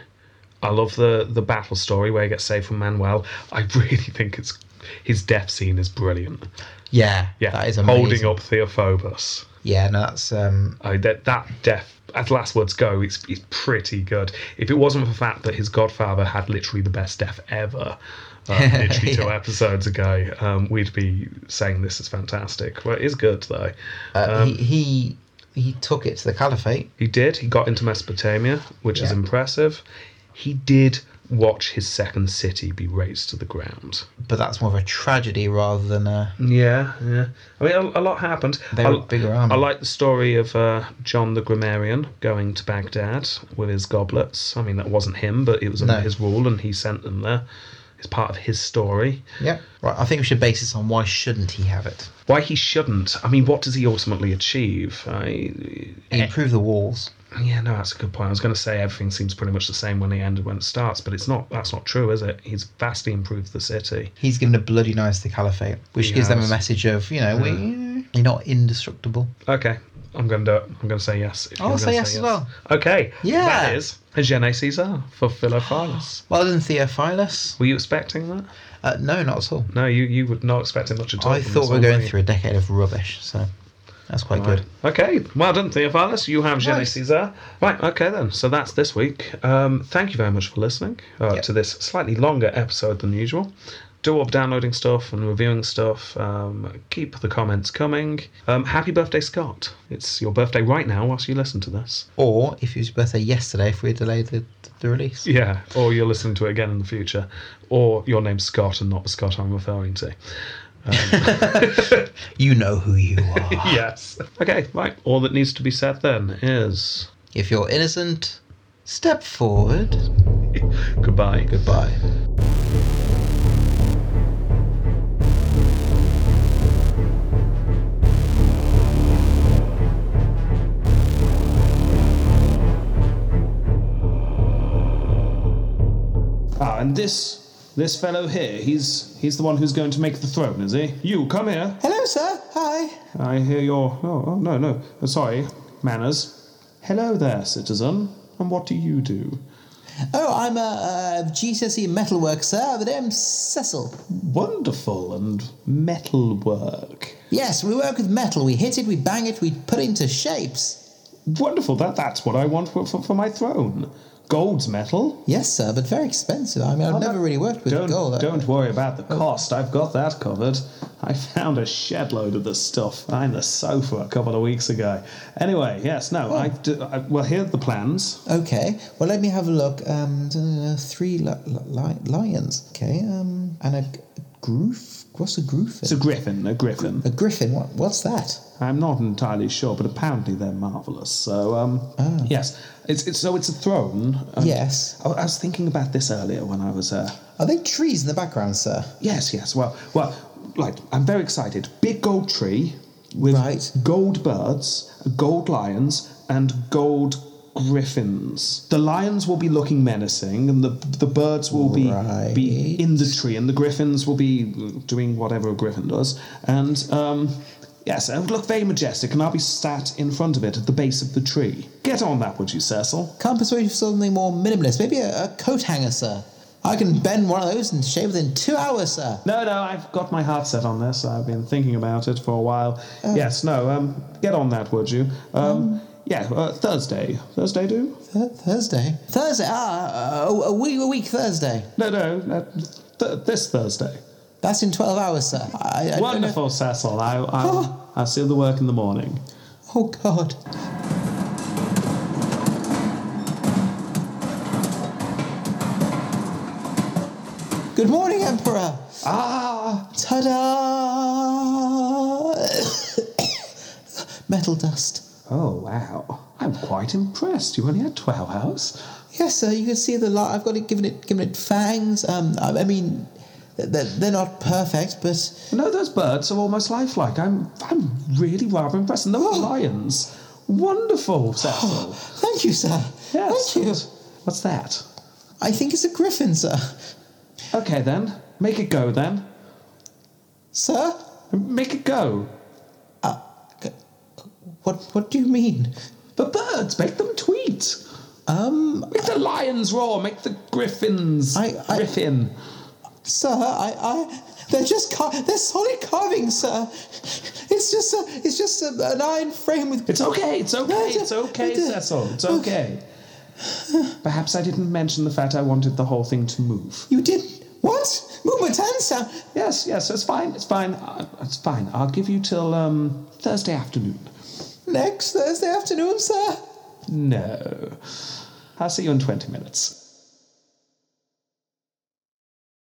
I love the the battle story where he gets saved from Manuel. I [laughs] really think it's his death scene is brilliant. Yeah, Yeah, that is amazing. holding up Theophobus. Yeah, no, that's um, Oh, that that death as last words go, it's it's pretty good. If it wasn't for the fact that his godfather had literally the best death ever, um, [laughs] literally two Yeah. episodes ago, um, we'd be saying this is fantastic. Well, it is good though. uh, Um, he, he he took it to the caliphate. He did. He got into Mesopotamia, which is Yeah. impressive. He did watch his second city be razed to the ground. but that's more of a tragedy rather than a. Yeah, yeah. I mean, a, a lot happened. They I, were a bigger army. I like the story of uh, John the Grammarian going to Baghdad with his goblets. I mean, that wasn't him, but it was under No. his rule, and he sent them there. It's part of his story. Yeah, right. I think we should base this on why shouldn't he have it? Why he shouldn't? I mean, what does he ultimately achieve? I, Improve the walls. yeah, no, that's a good point. I was going to say everything seems pretty much the same when the end and when it starts, but it's not. That's not true, is it? He's vastly improved the city. He's given a bloody nose to the caliphate, which He gives them a has. Hmm. message of you know we you're not indestructible. Okay, I'm going to do it. I'm going to say yes. if I'll you're say gonna yes as well. Okay. Yeah. That is Gene Caesar for [gasps] Philophilus. Well done, Theophilus. Were you expecting that? Uh, no, not at all. No, you, you were not expecting much at all. I from thought this, we were going you? through a decade of rubbish, so that's quite Right. good. Okay, well done, Theophilus. You have Gene Nice. Caesar. Right, okay then. So that's this week. Um, thank you very much for listening uh, Yep. to this slightly longer episode than usual. Do up downloading stuff and reviewing stuff. Um, keep the comments coming. Um, happy birthday, Scott. It's your birthday right now whilst you listen to this. Or if it was your birthday yesterday, if we had delayed the, the release. Yeah, or you're listening to it again in the future. Or your name's Scott and not the Scott I'm referring to. You know who [laughs] you are. yes. Okay, right. All that needs to be said then is if you're innocent, step forward. goodbye. Goodbye. Ah, and this this fellow here, he's he's the one who's going to make the throne, is he? You come here. Hello, sir. Hi. I hear your oh, oh no no oh, sorry manners. Hello there, citizen. And what do you do? Oh, I'm a, a GCSE E metalwork, sir. The name's Cecil. Wonderful and metal work. Yes, we work with metal. We hit it, we bang it, we put it into shapes. Wonderful. That that's what I want for, for, for my throne. Gold's metal. Yes, sir, but very expensive. I mean, I've never really worked with don't, gold. Uh, Don't worry about the cost. I've got that covered. I found a shed load of this stuff behind the sofa a couple of weeks ago. Anyway, yes, no, I, do, I well here are the plans. Okay. Well, let me have a look. Um, uh, three li- li- lions. Okay. Um, and a g- groof. What's a groof? It's a griffin, a griffin. a griffin. What? What's that? I'm not entirely sure, but apparently they're marvelous. So um, yes, it's, it's so it's a throne. and- Yes. I, I was thinking about this earlier when I was uh, Are they trees in the background, sir? yes, yes. Well, well, like I'm very excited. Big gold tree with Right. gold birds, gold lions, and gold griffins. The lions will be looking menacing, and the the birds will be be Right. in the tree, and the griffins will be doing whatever a griffin does. And um, yes, it would look very majestic, and I'll be sat in front of it at the base of the tree. Get on that, would you, Cecil? Can't persuade you for something more minimalist. Maybe a, a coat hanger, sir. I can bend one of those and shave within two hours, sir. No, no, I've got my heart set on this. I've been thinking about it for a while. Yes, no, um, get on that, would you? Um, yeah, uh, Thursday. Thursday, do? Th- Thursday. Thursday. uh, Ah, a, a week. A week Thursday. No, no, uh, th- this Thursday. That's in twelve hours, sir. I, I don't know- Wonderful, Cecil. I, I, I'll see the work in the morning. Oh God. Good morning, Emperor. Ah, [coughs] Ta-da! Metal dust. Oh, wow. I'm quite impressed. You only had 12 hours. Yes, sir. You can see the light. I've got it given it given it fangs. Um, I, I mean, they're, they're not perfect, but [gasps] No, those birds are almost lifelike. I'm, I'm really rather impressed. And they're all lions. Wonderful, Cecil. thank you, sir. [gasps] Yes. Thank you. what's- What's that? I think it's a griffin, sir. Okay, then. Make it go, then. Sir, Make it go. G- what what do you mean? The birds, make them tweet. Um, Make the lions roar. Make the griffins. I- I- Griffin. sir, I I they're just car- they're solid carvings, sir. It's just a, it's just a, an iron frame with It's okay, it's okay, No, it's- it's okay, it's- Cecil, [laughs] it's okay. Perhaps I didn't mention the fact I wanted the whole thing to move. You did what? Move my hand, sir. Yes, yes, it's fine, it's fine, uh, it's fine. I'll give you till um, Thursday afternoon. Next Thursday afternoon, sir. No. I'll see you in 20 minutes.